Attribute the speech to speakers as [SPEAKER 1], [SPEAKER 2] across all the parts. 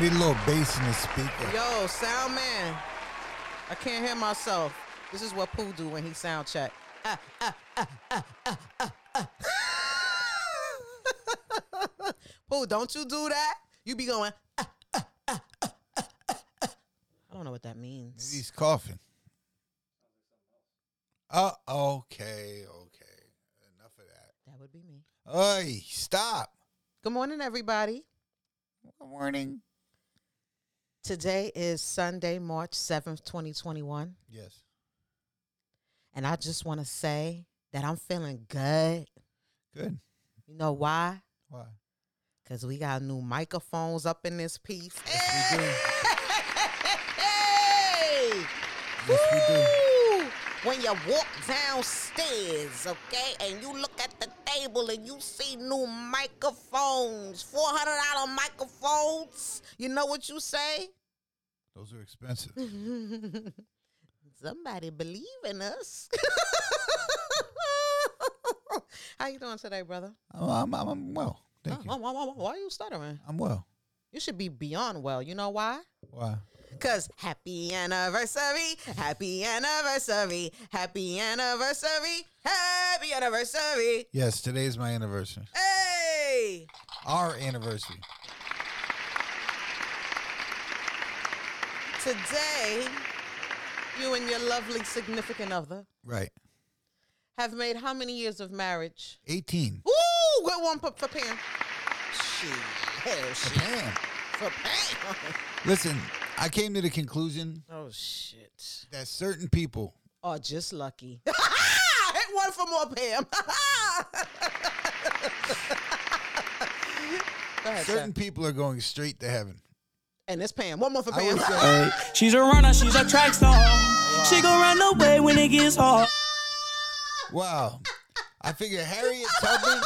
[SPEAKER 1] Need a little bass in the speaker.
[SPEAKER 2] Yo, sound man. I can't hear myself. This is what Pooh do when he sound check. Ah, ah, ah, Pooh, don't you do that. You be going. I don't know what that means.
[SPEAKER 1] He's coughing. Uh, okay, okay. Enough of that.
[SPEAKER 2] That would be me.
[SPEAKER 1] Oi, stop.
[SPEAKER 2] Good morning, everybody.
[SPEAKER 1] Good morning.
[SPEAKER 2] Today is Sunday, March 7th, 2021.
[SPEAKER 1] Yes.
[SPEAKER 2] And I just want to say that I'm feeling good.
[SPEAKER 1] Good.
[SPEAKER 2] You know why?
[SPEAKER 1] Why?
[SPEAKER 2] Because we got new microphones up in this piece.
[SPEAKER 1] Yes, we do.
[SPEAKER 2] Hey!
[SPEAKER 1] Yes, we do.
[SPEAKER 2] Woo! When you walk downstairs, okay, and you look at the table and you see new microphones, four hundred dollar microphones, you know what you say?
[SPEAKER 1] Those are expensive.
[SPEAKER 2] Mm-hmm. Somebody believe in us. How you doing today, brother?
[SPEAKER 1] I'm, I'm, I'm well. Thank
[SPEAKER 2] Why-
[SPEAKER 1] you.
[SPEAKER 2] why- why- why are you stuttering?
[SPEAKER 1] I'm well.
[SPEAKER 2] You should be beyond well. You know why?
[SPEAKER 1] Why?
[SPEAKER 2] Cause happy anniversary, happy anniversary, happy anniversary, happy anniversary.
[SPEAKER 1] Yes, today is my anniversary.
[SPEAKER 2] Hey!
[SPEAKER 1] Our anniversary.
[SPEAKER 2] Today, you and your lovely significant other
[SPEAKER 1] Right.
[SPEAKER 2] have made how many years of marriage?
[SPEAKER 1] 18.
[SPEAKER 2] Ooh, good one for, for Pam. She, hell she,
[SPEAKER 1] Damn.
[SPEAKER 2] for Pam.
[SPEAKER 1] Listen, I came to the conclusion
[SPEAKER 2] Oh shit.
[SPEAKER 1] that certain people,
[SPEAKER 2] Oh, just lucky. Hit one for more Pam. Go ahead,
[SPEAKER 1] certain
[SPEAKER 2] Certain-
[SPEAKER 1] people are going straight to heaven.
[SPEAKER 2] and it's Pam. One more for
[SPEAKER 1] I would
[SPEAKER 2] Pam.
[SPEAKER 1] say-
[SPEAKER 3] She's a runner, she's a track star. She gon' run away when it gets hard.
[SPEAKER 1] Wow. I figure Harriet Tubman,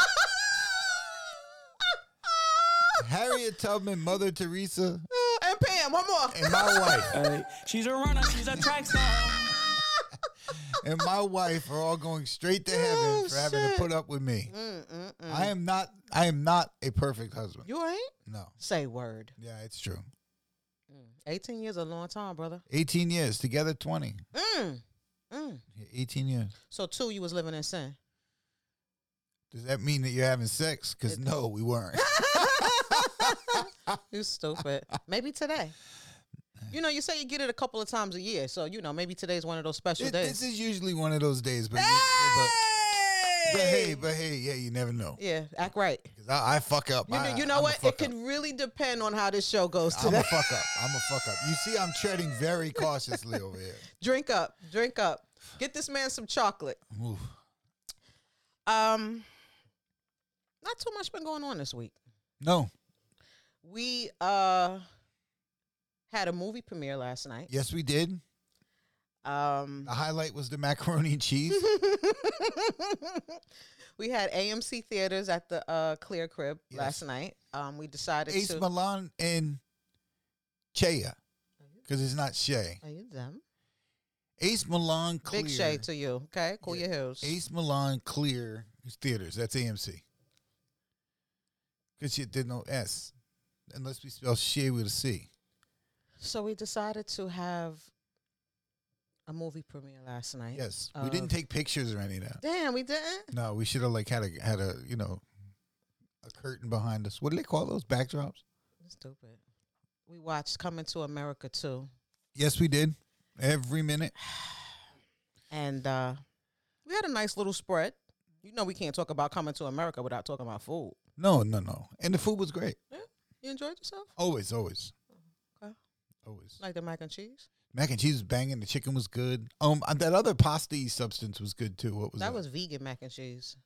[SPEAKER 1] Harriet Tubman, Mother Teresa,
[SPEAKER 2] and Pam, one more.
[SPEAKER 1] and my wife
[SPEAKER 3] Ay, She's a runner, she's a track star.
[SPEAKER 1] and my wife are all going straight to heaven
[SPEAKER 2] Oh,
[SPEAKER 1] for having to
[SPEAKER 2] shit.
[SPEAKER 1] put up with me. I am not. I am not a perfect husband.
[SPEAKER 2] You ain't
[SPEAKER 1] No.
[SPEAKER 2] say word.
[SPEAKER 1] Yeah, it's true.
[SPEAKER 2] 18 years a long time, brother.
[SPEAKER 1] 18 years together, 20.
[SPEAKER 2] Mm. Mm.
[SPEAKER 1] 18 years.
[SPEAKER 2] So two, you was living in sin.
[SPEAKER 1] Does that mean that you're having sex? Because no, we weren't.
[SPEAKER 2] You stupid. maybe today. You know, you say you get it a couple of times a year, so you know maybe today's one of those special
[SPEAKER 1] Th-
[SPEAKER 2] days.
[SPEAKER 1] this is usually one of those days, but, you- but, but hey, but hey, yeah, you never know.
[SPEAKER 2] yeah, act right.
[SPEAKER 1] 'Cause I, I fuck up.
[SPEAKER 2] You know,
[SPEAKER 1] I-
[SPEAKER 2] you know
[SPEAKER 1] I'm a
[SPEAKER 2] what?
[SPEAKER 1] fuck
[SPEAKER 2] It could
[SPEAKER 1] up.
[SPEAKER 2] really depend on how this show goes
[SPEAKER 1] I'm
[SPEAKER 2] today.
[SPEAKER 1] a fuck up. I'm a fuck up. You see, I'm treading very cautiously over here.
[SPEAKER 2] drink up, drink up. Get this man some chocolate.
[SPEAKER 1] Oof.
[SPEAKER 2] Um, not too much been going on this week.
[SPEAKER 1] No.
[SPEAKER 2] We uh had a movie premiere last night.
[SPEAKER 1] Yes, we did.
[SPEAKER 2] Um,
[SPEAKER 1] The highlight was the macaroni and cheese.
[SPEAKER 2] we had AMC theaters at the uh, Clear Crib
[SPEAKER 1] Yes.
[SPEAKER 2] last night. Um, we decided
[SPEAKER 1] Ace
[SPEAKER 2] to.
[SPEAKER 1] Milan and Chea. Because it's not Shay.
[SPEAKER 2] Are you dumb?
[SPEAKER 1] Ace Milan Clear.
[SPEAKER 2] Big shade to you. Okay, cool
[SPEAKER 1] Yeah.
[SPEAKER 2] your heels.
[SPEAKER 1] Ace Milan Clear Theaters. That's AMC. Because you did no S. Unless we spell Shay with a C.
[SPEAKER 2] So we decided to have a movie premiere last night. Um,
[SPEAKER 1] Yes. We didn't
[SPEAKER 2] of-
[SPEAKER 1] take pictures or any of that.
[SPEAKER 2] Damn, we didn't.
[SPEAKER 1] No, we should have like had a had a you know a curtain behind us. What do they call those backdrops?
[SPEAKER 2] Stupid. We watched Coming to America too,
[SPEAKER 1] Yes, we did. Every minute.
[SPEAKER 2] and uh, we had a nice little spread. You know, we can't talk about Coming to America without talking about food.
[SPEAKER 1] No, no, no. And the food was great.
[SPEAKER 2] Yeah, you enjoyed yourself.
[SPEAKER 1] Always, always.
[SPEAKER 2] Okay.
[SPEAKER 1] Always.
[SPEAKER 2] Like the mac and cheese.
[SPEAKER 1] Mac and cheese was banging. The chicken was good. Um, and that other pasty substance was good too. What was
[SPEAKER 2] That was vegan mac and cheese.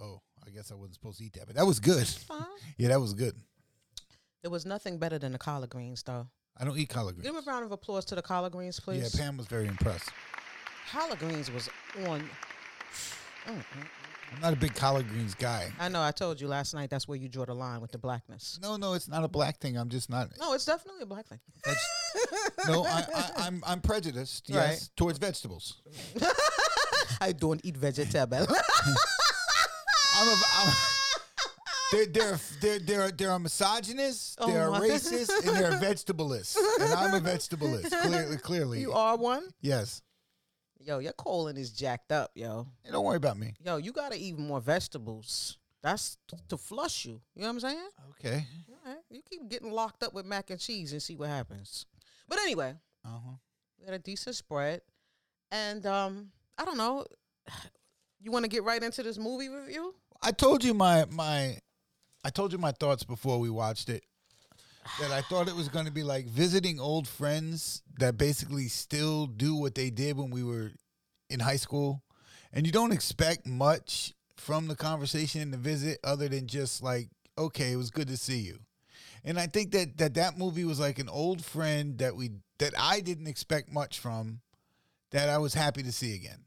[SPEAKER 1] Oh, I guess I wasn't supposed to eat that, but that was good. Yeah, that was good.
[SPEAKER 2] There was nothing better than the collard greens, though.
[SPEAKER 1] I don't eat collard
[SPEAKER 2] Give
[SPEAKER 1] greens.
[SPEAKER 2] a round of applause to the collard greens,
[SPEAKER 1] Yeah,
[SPEAKER 2] please.
[SPEAKER 1] Pam was very impressed.
[SPEAKER 2] collard greens was on. Mm, mm.
[SPEAKER 1] I'm not a big collard greens guy.
[SPEAKER 2] I know. I told you last night. That's where you draw the line with the blackness.
[SPEAKER 1] No, no, it's not a black thing. I'm just not.
[SPEAKER 2] No, it's definitely a black thing.
[SPEAKER 1] veg- no, I, I, I'm I'm prejudiced. Yes,
[SPEAKER 2] Right.
[SPEAKER 1] towards vegetables.
[SPEAKER 2] I don't eat vegetable.
[SPEAKER 1] I'm a. I'm, they're, they're, they're, they're, they're a misogynist,
[SPEAKER 2] Oh
[SPEAKER 1] they're a
[SPEAKER 2] my.
[SPEAKER 1] racist, and they're a vegetableist. And I'm a vegetableist, clearly. clearly.
[SPEAKER 2] you are one.
[SPEAKER 1] Yes.
[SPEAKER 2] Yo, your colon is jacked up, yo.
[SPEAKER 1] Hey, don't worry about me.
[SPEAKER 2] Yo, you gotta eat more vegetables. That's t- to flush you. You know what I'm saying?
[SPEAKER 1] Okay.
[SPEAKER 2] All right. You keep getting locked up with mac and cheese and see what happens. But anyway,
[SPEAKER 1] Uh-huh.
[SPEAKER 2] we had a decent spread, and um, I don't know. You want to get right into this movie review?
[SPEAKER 1] I told you my my I told you my thoughts before we watched it. That I thought it was going to be like visiting old friends that basically still do what they did when we were in high school. And you don't expect much from the conversation and the visit other than just like, okay, it was good to see you. And I think that that, that movie was like an old friend that we that I didn't expect much from that I was happy to see again.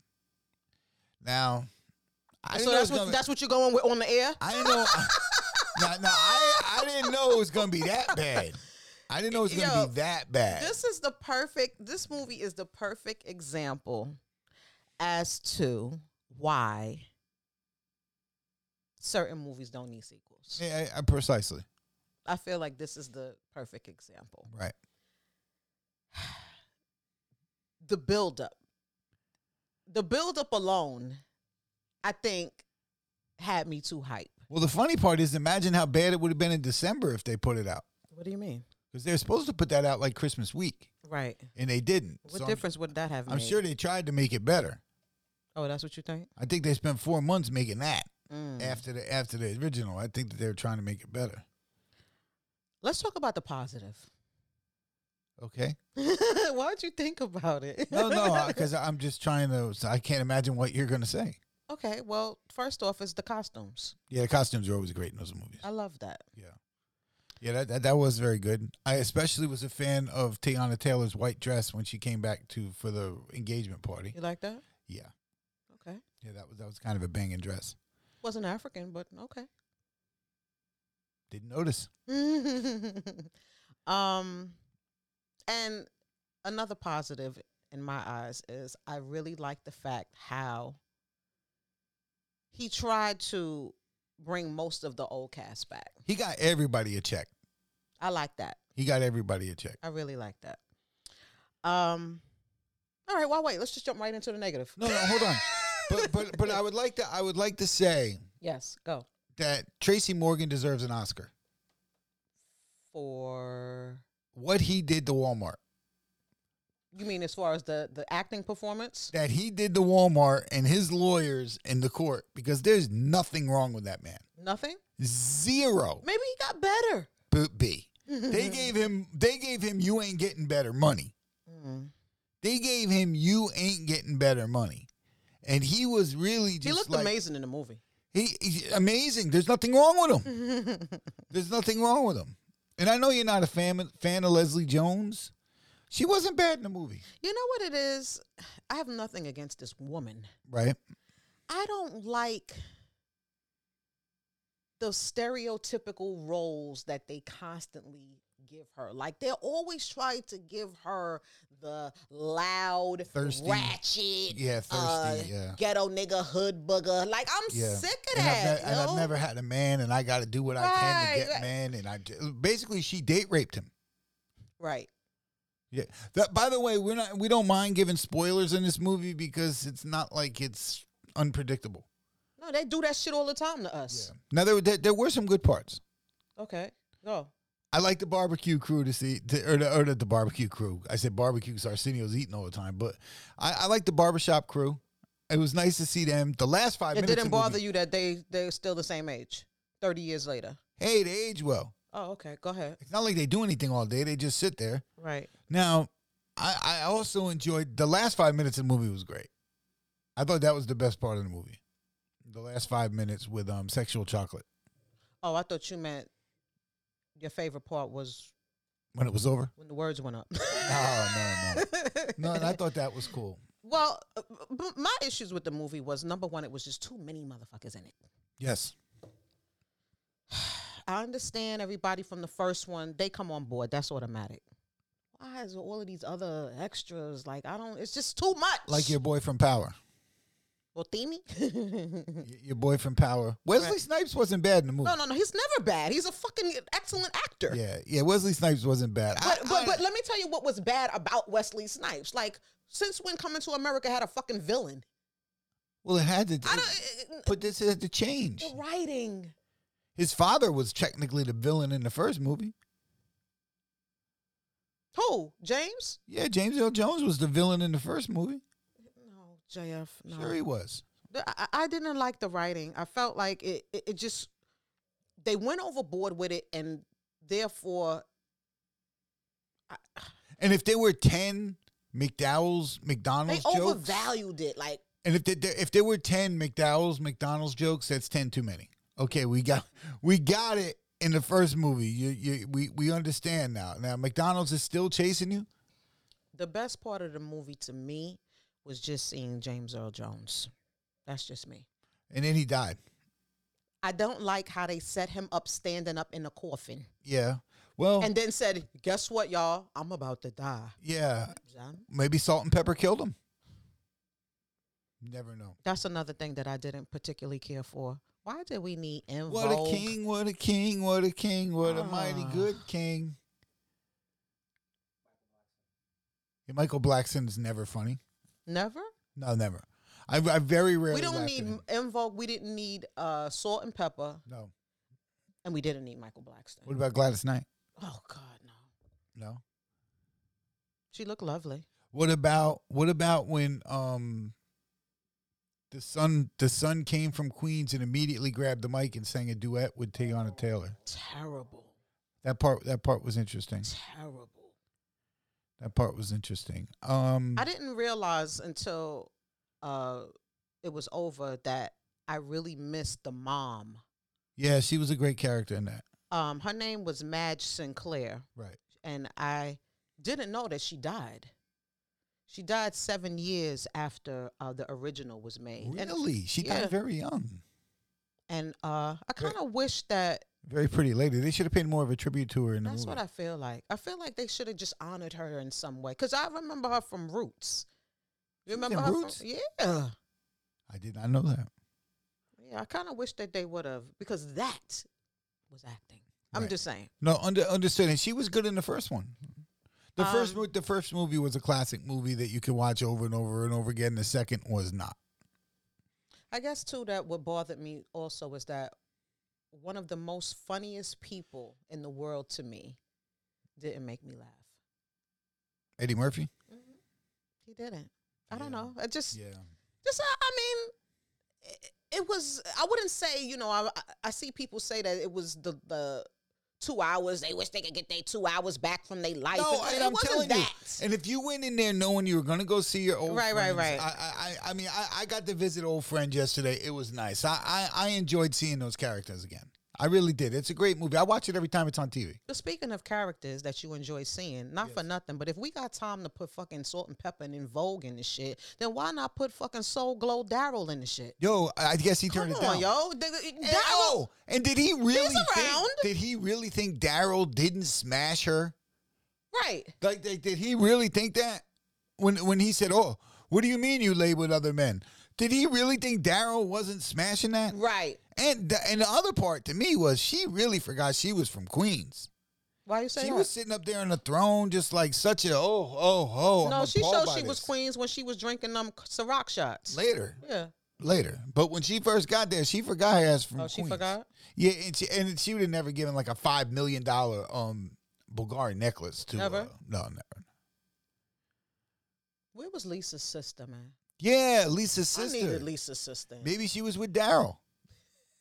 [SPEAKER 1] Now, I
[SPEAKER 2] so
[SPEAKER 1] didn't know it
[SPEAKER 2] that's
[SPEAKER 1] was
[SPEAKER 2] what
[SPEAKER 1] gonna-
[SPEAKER 2] that's what you're going with on the air.
[SPEAKER 1] I didn't know. now, now I, I didn't know it was gonna be that bad. I didn't know it was gonna
[SPEAKER 2] Yo,
[SPEAKER 1] be that bad.
[SPEAKER 2] This is the perfect. This movie is the perfect example as to why certain movies don't need sequels.
[SPEAKER 1] yeah, I- I- precisely.
[SPEAKER 2] I feel like this is the perfect example.
[SPEAKER 1] Right.
[SPEAKER 2] The buildup, the buildup alone, I think, had me too hype.
[SPEAKER 1] Well, the funny part is, imagine how bad it would have been in December if they put it out,
[SPEAKER 2] What do you mean?
[SPEAKER 1] because they're supposed to put that out like Christmas week,
[SPEAKER 2] Right.
[SPEAKER 1] and they didn't.
[SPEAKER 2] What
[SPEAKER 1] So I'm-
[SPEAKER 2] difference would that have
[SPEAKER 1] I'm,
[SPEAKER 2] made?
[SPEAKER 1] sure they tried to make it better.
[SPEAKER 2] oh, that's what you think.
[SPEAKER 1] I think they spent four months making that
[SPEAKER 2] Mm.
[SPEAKER 1] after the after the original. I think that they were trying to make it better.
[SPEAKER 2] Let's talk about the positive.
[SPEAKER 1] Okay.
[SPEAKER 2] Why would you think about it?
[SPEAKER 1] No, no, because I'm just trying to. so I can't imagine what you're gonna say.
[SPEAKER 2] Okay, well, first off, is the costumes.
[SPEAKER 1] Yeah, the costumes are always great in those movies.
[SPEAKER 2] I love that.
[SPEAKER 1] Yeah. Yeah, that, that that was very good. I especially was a fan of Tiana Taylor's white dress when she came back to for the engagement party.
[SPEAKER 2] You like that?
[SPEAKER 1] Yeah.
[SPEAKER 2] Okay.
[SPEAKER 1] Yeah, that was that was kind of a banging dress.
[SPEAKER 2] Wasn't African, but okay.
[SPEAKER 1] Didn't notice.
[SPEAKER 2] um, and another positive in my eyes is I really like the fact how he tried to bring most of the old cast back.
[SPEAKER 1] He got everybody a check.
[SPEAKER 2] I like that.
[SPEAKER 1] He got everybody a check.
[SPEAKER 2] I really like that. Um, all right. Well, wait. Let's just jump right into the negative.
[SPEAKER 1] No, no, hold on. But but but I would like to I would like to say
[SPEAKER 2] Yes. Go
[SPEAKER 1] that Tracy Morgan deserves an Oscar.
[SPEAKER 2] for.
[SPEAKER 1] What he did to Walmart.
[SPEAKER 2] You mean as far as the the acting performance?
[SPEAKER 1] That he did to Walmart and his lawyers and the court because there's nothing wrong with that man.
[SPEAKER 2] Nothing.
[SPEAKER 1] Zero.
[SPEAKER 2] Maybe he got better.
[SPEAKER 1] boot B. They gave him they gave him you ain't getting better money.
[SPEAKER 2] Mm-hmm.
[SPEAKER 1] They gave him you ain't getting better money. And he was really just
[SPEAKER 2] He looked
[SPEAKER 1] like,
[SPEAKER 2] amazing in the movie.
[SPEAKER 1] He, he's amazing. There's nothing wrong with him. There's nothing wrong with him. And I know you're not a fan fan of Leslie Jones. She wasn't bad in the movie,
[SPEAKER 2] You know what it is? I have nothing against this woman.
[SPEAKER 1] right?
[SPEAKER 2] I don't like the stereotypical roles that they constantly give her. Like they're always trying to give her the loud,
[SPEAKER 1] Thirsty.
[SPEAKER 2] ratchet,
[SPEAKER 1] Yeah,
[SPEAKER 2] uh,
[SPEAKER 1] thirsty. yeah.
[SPEAKER 2] ghetto nigga, hood booger. Like I'm
[SPEAKER 1] Yeah.
[SPEAKER 2] sick of
[SPEAKER 1] and
[SPEAKER 2] that.
[SPEAKER 1] I've, ne- and I've
[SPEAKER 2] yo.
[SPEAKER 1] never had a man, and I got to do what I can
[SPEAKER 2] Right,
[SPEAKER 1] to get
[SPEAKER 2] right.
[SPEAKER 1] man. And I j- basically she date raped him.
[SPEAKER 2] right.
[SPEAKER 1] Yeah. That, by the way, we're not we don't mind giving spoilers in this movie because it's not like it's unpredictable.
[SPEAKER 2] No, they do that shit all the time to us.
[SPEAKER 1] Now there, there there were some good parts.
[SPEAKER 2] Okay, go.
[SPEAKER 1] I like the barbecue crew to see, to, or, the, or the, the barbecue crew. I said barbecue because Arsenio's eating all the time, but I, I like the barbershop crew. It was nice to see them. The last five
[SPEAKER 2] It
[SPEAKER 1] minutes.
[SPEAKER 2] didn't bother you that they they're still the same age, thirty years later.
[SPEAKER 1] Hey, they age well.
[SPEAKER 2] Oh, okay. Go ahead.
[SPEAKER 1] It's not like they do anything all day. They just sit there.
[SPEAKER 2] Right.
[SPEAKER 1] Now, I, I also enjoyed the last five minutes of the movie was great. I thought that was the best part of the movie. The last five minutes with um sexual chocolate
[SPEAKER 2] Oh, I thought you meant your favorite part was
[SPEAKER 1] when it was over.
[SPEAKER 2] when the words went up.
[SPEAKER 1] Oh no no no! And I thought that was cool.
[SPEAKER 2] well, uh, b- my issues with the movie was number one, it was just too many motherfuckers in it.
[SPEAKER 1] Yes.
[SPEAKER 2] I understand everybody from the first one, they come on board. That's automatic. Why is all of these other extras like I don't? It's just too much.
[SPEAKER 1] Like your boy from Power.
[SPEAKER 2] well, Themey.
[SPEAKER 1] Y- Your boy from Power. Wesley
[SPEAKER 2] Right.
[SPEAKER 1] Snipes wasn't bad in the movie.
[SPEAKER 2] no, no, no. He's never bad. He's a fucking excellent actor.
[SPEAKER 1] Yeah, yeah. Wesley Snipes wasn't bad. I-
[SPEAKER 2] But, but
[SPEAKER 1] I-
[SPEAKER 2] but let me tell you what was bad about Wesley Snipes. Like since when Coming to America had a fucking villain?
[SPEAKER 1] well, it had to.
[SPEAKER 2] I don't. eh,
[SPEAKER 1] but this had to change.
[SPEAKER 2] The writing.
[SPEAKER 1] His father was technically the villain in the first movie.
[SPEAKER 2] Who? James?
[SPEAKER 1] Yeah, James L. Jones was the villain in the first movie.
[SPEAKER 2] No, JF. No.
[SPEAKER 1] Sure, he was.
[SPEAKER 2] The- I, I didn't like the writing. I felt like it, it, it just they went overboard with it, and therefore,
[SPEAKER 1] And if there were ten McDowell's McDonald's
[SPEAKER 2] they
[SPEAKER 1] jokes,
[SPEAKER 2] overvalued it. Like,
[SPEAKER 1] and if there, if there were ten McDowell's McDonald's jokes, that's ten too many. Okay, we got we got it in the first movie. You, you, we we understand now. Now McDonald's is still chasing you.
[SPEAKER 2] the best part of the movie to me was just seeing James Earl Jones. That's just me.
[SPEAKER 1] And then he died.
[SPEAKER 2] I don't like how they set him up standing up in the coffin
[SPEAKER 1] Yeah. Well,
[SPEAKER 2] and then said, Guess what, y'all? I'm about to die.
[SPEAKER 1] yeah.
[SPEAKER 2] Son.
[SPEAKER 1] Maybe salt and pepper killed him. Never know.
[SPEAKER 2] That's another thing that I didn't particularly care for. Why did we need in
[SPEAKER 1] What a
[SPEAKER 2] Vogue?
[SPEAKER 1] king, what a king, what a king, what a mighty
[SPEAKER 2] Ah.
[SPEAKER 1] good king. Yeah, Michael Blackson's never funny.
[SPEAKER 2] Never.
[SPEAKER 1] No, never. I, I very rarely.
[SPEAKER 2] We don't
[SPEAKER 1] laughed at
[SPEAKER 2] need
[SPEAKER 1] him.
[SPEAKER 2] in Vogue. We didn't need uh, salt and pepper,
[SPEAKER 1] No.
[SPEAKER 2] and we didn't need Michael Blackstone.
[SPEAKER 1] What about Gladys Knight?
[SPEAKER 2] Oh God, no.
[SPEAKER 1] No.
[SPEAKER 2] She looked lovely.
[SPEAKER 1] What about what about when um the son the son came from Queens and immediately grabbed the mic and sang a duet with Tayana Taylor?
[SPEAKER 2] Terrible,
[SPEAKER 1] That part that part was interesting.
[SPEAKER 2] terrible.
[SPEAKER 1] That part was interesting. Um
[SPEAKER 2] I didn't realize until uh, it was over that I really missed the mom.
[SPEAKER 1] yeah, she was a great character in that.
[SPEAKER 2] Um, her name was Madge Sinclair,
[SPEAKER 1] Right.
[SPEAKER 2] and I didn't know that she died. She died seven years after uh, the original was made, and
[SPEAKER 1] Really? She
[SPEAKER 2] yeah.
[SPEAKER 1] died very young.
[SPEAKER 2] and uh, I
[SPEAKER 1] Right.
[SPEAKER 2] kind of wish that
[SPEAKER 1] Very pretty lady. They should have paid more of a tribute to her in the
[SPEAKER 2] That's
[SPEAKER 1] movie.
[SPEAKER 2] what I feel like. I feel like they should have just honored her in some way. Cause I remember her from Roots. You
[SPEAKER 1] was in
[SPEAKER 2] remember her from-
[SPEAKER 1] Roots?
[SPEAKER 2] yeah.
[SPEAKER 1] I did not know that.
[SPEAKER 2] Yeah. I kind of wish that they would have because that was acting. I'm
[SPEAKER 1] Right.
[SPEAKER 2] just saying.
[SPEAKER 1] No, under understood. And she was good in the first one. The first
[SPEAKER 2] Um,
[SPEAKER 1] mo- the first movie was a classic movie that you could watch over and over and over again. The second was not.
[SPEAKER 2] I guess too that what bothered me also is that one of the most funniest people in the world to me didn't make me laugh.
[SPEAKER 1] Eddie Murphy?
[SPEAKER 2] He didn't. I don't
[SPEAKER 1] Yeah.
[SPEAKER 2] know. I just
[SPEAKER 1] Yeah.
[SPEAKER 2] just I, I mean it, it was i wouldn't say you know I, I i see people say that it was the the two hours they wish they could get their two hours back from their life
[SPEAKER 1] No,
[SPEAKER 2] and,
[SPEAKER 1] and
[SPEAKER 2] it
[SPEAKER 1] I'm telling
[SPEAKER 2] wasn't
[SPEAKER 1] you.
[SPEAKER 2] that
[SPEAKER 1] And if you went in there knowing you were gonna go see your old
[SPEAKER 2] Right, right,
[SPEAKER 1] friends-
[SPEAKER 2] right.
[SPEAKER 1] I, I, I mean, I, I got to visit old friends yesterday. It was nice. I, I, I enjoyed seeing those characters again. I really did. It's a great movie. I watch it every time it's on TV.
[SPEAKER 2] but speaking of characters that you enjoy seeing not for
[SPEAKER 1] Yes.
[SPEAKER 2] nothing but if we got time to put fucking salt and pepper and in vogue in this shit then why not put fucking soul glow daryl in the shit
[SPEAKER 1] Yo, I I guess he
[SPEAKER 2] come
[SPEAKER 1] turned it
[SPEAKER 2] on
[SPEAKER 1] down.
[SPEAKER 2] yo Nigga,
[SPEAKER 1] And-
[SPEAKER 2] daryl
[SPEAKER 1] oh, and did he really
[SPEAKER 2] around.
[SPEAKER 1] think, did he really think Daryl didn't smash her?
[SPEAKER 2] right
[SPEAKER 1] Like, like, did he really think that when when he said, "Oh, what do you mean you lay with other men?" Did he really think Daryl wasn't smashing that?
[SPEAKER 2] right
[SPEAKER 1] And the, and the other part to me was she really forgot she was from Queens.
[SPEAKER 2] why you say
[SPEAKER 1] she
[SPEAKER 2] that?
[SPEAKER 1] was sitting up there on the throne, just like such a oh oh oh.
[SPEAKER 2] no
[SPEAKER 1] I'm
[SPEAKER 2] she
[SPEAKER 1] appalled
[SPEAKER 2] showed
[SPEAKER 1] by
[SPEAKER 2] she was
[SPEAKER 1] this."
[SPEAKER 2] queens when she was drinking them Ciroc shots
[SPEAKER 1] Later,
[SPEAKER 2] yeah
[SPEAKER 1] later. But when she first got there, she forgot her ass from
[SPEAKER 2] oh
[SPEAKER 1] Queens.
[SPEAKER 2] she forgot
[SPEAKER 1] Yeah, and she and she would have never given like a five million dollar um Bulgari necklace to.
[SPEAKER 2] Never?
[SPEAKER 1] uh, no, never.
[SPEAKER 2] Where was Lisa's sister, man?
[SPEAKER 1] Yeah, Lisa's sister.
[SPEAKER 2] I needed Lisa's sister.
[SPEAKER 1] Maybe she was with Daryl.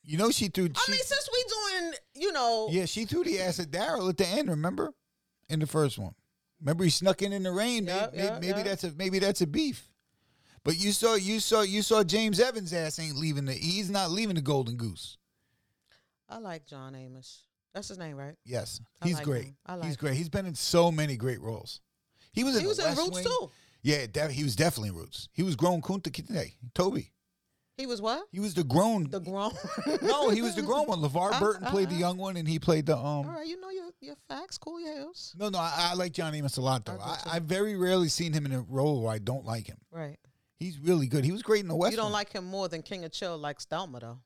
[SPEAKER 1] You know, she threw.
[SPEAKER 2] I
[SPEAKER 1] she-
[SPEAKER 2] mean, since we doing, you know,
[SPEAKER 1] yeah, she threw the ass at Daryl at the end. Remember, in the first one, Remember, he snuck in in the rain. May-
[SPEAKER 2] Yup,
[SPEAKER 1] may-
[SPEAKER 2] yup,
[SPEAKER 1] maybe
[SPEAKER 2] yup.
[SPEAKER 1] that's a maybe that's a beef. But you saw you saw you saw James Evans' ass ain't leaving the. He's not leaving the Golden Goose.
[SPEAKER 2] I like John Amos. That's his name, right?
[SPEAKER 1] Yes,
[SPEAKER 2] I
[SPEAKER 1] he's
[SPEAKER 2] like
[SPEAKER 1] great.
[SPEAKER 2] him. I
[SPEAKER 1] he's
[SPEAKER 2] like
[SPEAKER 1] great. He's been in so many great roles. He was in,
[SPEAKER 2] He
[SPEAKER 1] the
[SPEAKER 2] was in
[SPEAKER 1] West
[SPEAKER 2] Roots
[SPEAKER 1] Wing.
[SPEAKER 2] too.
[SPEAKER 1] Yeah, def- he was definitely in Roots. He was grown Kunta Kinte, Toby.
[SPEAKER 2] He was what?
[SPEAKER 1] He was the grown.
[SPEAKER 2] The grown.
[SPEAKER 1] no, he was the grown one. LeVar
[SPEAKER 2] Uh,
[SPEAKER 1] Burton
[SPEAKER 2] uh,
[SPEAKER 1] played the
[SPEAKER 2] uh.
[SPEAKER 1] young one, and he played the um.
[SPEAKER 2] All right, you know your your facts. Cool your heels.
[SPEAKER 1] No, no, I, I like John Amos a lot though.
[SPEAKER 2] I do,
[SPEAKER 1] I,
[SPEAKER 2] too.
[SPEAKER 1] I very rarely seen him in a role where I don't like him.
[SPEAKER 2] Right.
[SPEAKER 1] He's really good. He was great in the West.
[SPEAKER 2] you don't like him more than King of Chill likes Thelma though.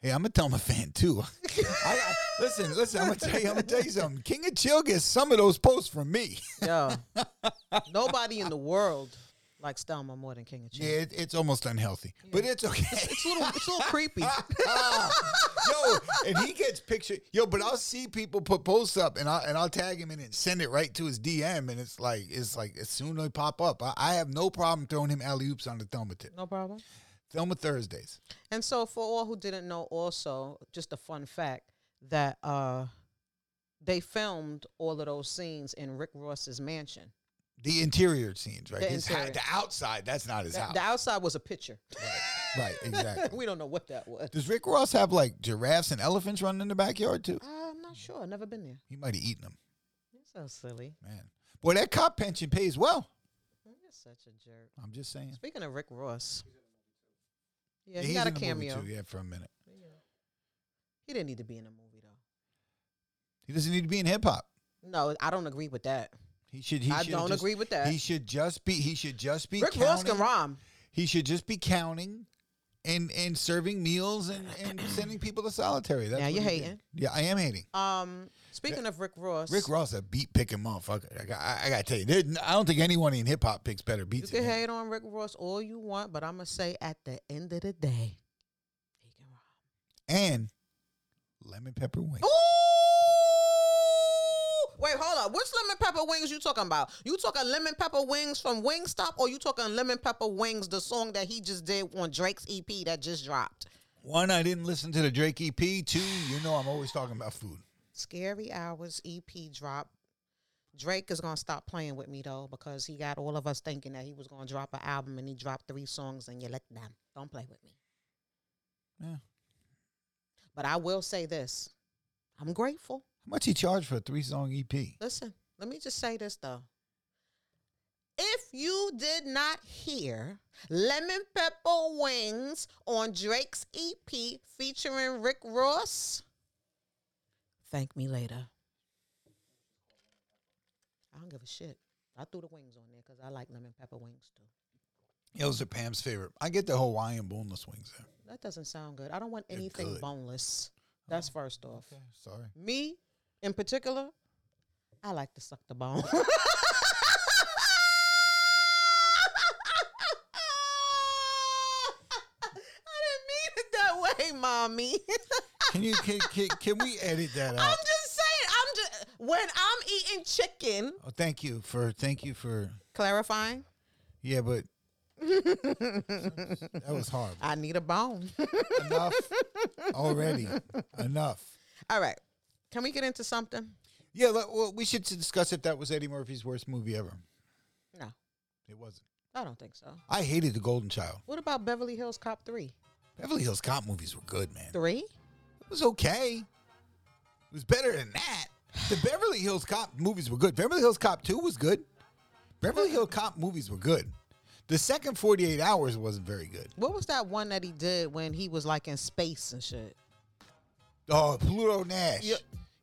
[SPEAKER 1] Hey, I'm a Thelma fan too. I, I, listen, listen. I'm gonna tell you. I'm gonna tell you something. King of Chill gets some of those posts from me.
[SPEAKER 2] Yeah. Nobody in the world likes Thelma more than King of Chill.
[SPEAKER 1] Yeah, it, it's almost unhealthy, but it's okay.
[SPEAKER 2] It's a little it's a little creepy.
[SPEAKER 1] Ah, yo, and he gets picture. Yo, but I'll see people put posts up, and I and I'll tag him in it and send it right to his DM, and it's like it's like as soon as they pop up, I, I have no problem throwing him alley oops on the Thelma tip.
[SPEAKER 2] No problem.
[SPEAKER 1] Thelma Thursdays.
[SPEAKER 2] And so, for all who didn't know, also just a fun fact that uh, they filmed all of those scenes in Rick Ross's mansion.
[SPEAKER 1] The interior scenes, right?
[SPEAKER 2] The
[SPEAKER 1] His ha-
[SPEAKER 2] interior.
[SPEAKER 1] the outside, that's not his house.
[SPEAKER 2] The outside was a picture.
[SPEAKER 1] right, exactly.
[SPEAKER 2] we don't know what that was.
[SPEAKER 1] Does Rick Ross have like giraffes and elephants running in the backyard too?
[SPEAKER 2] Uh, I'm not sure. I've never been there.
[SPEAKER 1] He might have eaten them,
[SPEAKER 2] You're so silly.
[SPEAKER 1] man. Boy, that cop pension pays well.
[SPEAKER 2] You're such a jerk.
[SPEAKER 1] I'm just saying.
[SPEAKER 2] Speaking of Rick Ross, yeah,
[SPEAKER 1] Yeah,
[SPEAKER 2] he
[SPEAKER 1] he's
[SPEAKER 2] got a
[SPEAKER 1] in the movie,
[SPEAKER 2] cameo.
[SPEAKER 1] too, yeah, for a minute.
[SPEAKER 2] He didn't need to be in a movie though.
[SPEAKER 1] He doesn't need to be in hip hop.
[SPEAKER 2] No, I don't agree with that.
[SPEAKER 1] He should. He
[SPEAKER 2] I
[SPEAKER 1] should
[SPEAKER 2] don't
[SPEAKER 1] just-
[SPEAKER 2] agree with that.
[SPEAKER 1] He should just be. He should just be.
[SPEAKER 2] Rick
[SPEAKER 1] counting,
[SPEAKER 2] Ross can rhyme.
[SPEAKER 1] He should just be counting, and and serving meals and and sending people to solitary. That's
[SPEAKER 2] Now
[SPEAKER 1] what
[SPEAKER 2] you're
[SPEAKER 1] he did.
[SPEAKER 2] hating.
[SPEAKER 1] Yeah, I am hating.
[SPEAKER 2] Um, speaking of Rick Ross,
[SPEAKER 1] Rick Ross a beat picking motherfucker. I got, I, I gotta tell you, there, I don't think anyone in hip hop picks better
[SPEAKER 2] You
[SPEAKER 1] beats.
[SPEAKER 2] can
[SPEAKER 1] than him.
[SPEAKER 2] hate on Rick Ross all you want, but I'm gonna say at the end of the day, he can rock.
[SPEAKER 1] And lemon pepper wings.
[SPEAKER 2] Oh. Ooh! Wait, hold up. Which lemon pepper wings you talking about? You talking lemon pepper wings from Wingstop, or you talking lemon pepper wings, the song that he just did on Drake's EP that just dropped?
[SPEAKER 1] One, I didn't listen to the Drake EP. Two, you know I'm always talking about food.
[SPEAKER 2] Scary Hours EP drop. Drake is gonna stop playing with me though, because he got all of us thinking that he was gonna drop an album, and he dropped three songs, and you let them. Don't play with me.
[SPEAKER 1] Yeah. How
[SPEAKER 2] But I will say this: I'm grateful.
[SPEAKER 1] much he charged for a three song E EP?
[SPEAKER 2] Listen, let me just say this though. If you did not hear Lemon Pepper Wings on Drake's EP featuring Rick Ross, thank me later. I don't give a shit. I threw the wings on there because I like lemon pepper wings too.
[SPEAKER 1] Those are Pam's favorite. I get the Hawaiian boneless wings there.
[SPEAKER 2] That doesn't sound good. I don't want
[SPEAKER 1] They're
[SPEAKER 2] anything
[SPEAKER 1] good. Oh,
[SPEAKER 2] boneless. That's first off.
[SPEAKER 1] Sorry.
[SPEAKER 2] Me, in particular, I like to suck the bone. I didn't mean it that way, mommy.
[SPEAKER 1] Can you can, can, can we edit that
[SPEAKER 2] I'm
[SPEAKER 1] out?
[SPEAKER 2] just saying. I'm just when I'm eating chicken.
[SPEAKER 1] Oh, thank you for thank you for
[SPEAKER 2] Clarifying.
[SPEAKER 1] yeah, but that was hard.
[SPEAKER 2] I need a bone.
[SPEAKER 1] Enough already. Enough.
[SPEAKER 2] All right. Can we get into something?
[SPEAKER 1] Yeah, let- well, we should discuss if that was Eddie Murphy's worst movie ever.
[SPEAKER 2] No,
[SPEAKER 1] It wasn't.
[SPEAKER 2] I don't think so.
[SPEAKER 1] I hated The Golden Child.
[SPEAKER 2] What about Beverly Hills Cop three?
[SPEAKER 1] Beverly Hills Cop movies were good, man.
[SPEAKER 2] Three?
[SPEAKER 1] It was okay. It was better than that. The Beverly Hills Cop movies were good. Beverly Hills Cop 2 was good. Beverly Hills Cop movies were good. The second 48 hours wasn't very good.
[SPEAKER 2] What was that one that he did when he was like in space and shit?
[SPEAKER 1] Oh, Pluto Nash.
[SPEAKER 2] Yeah.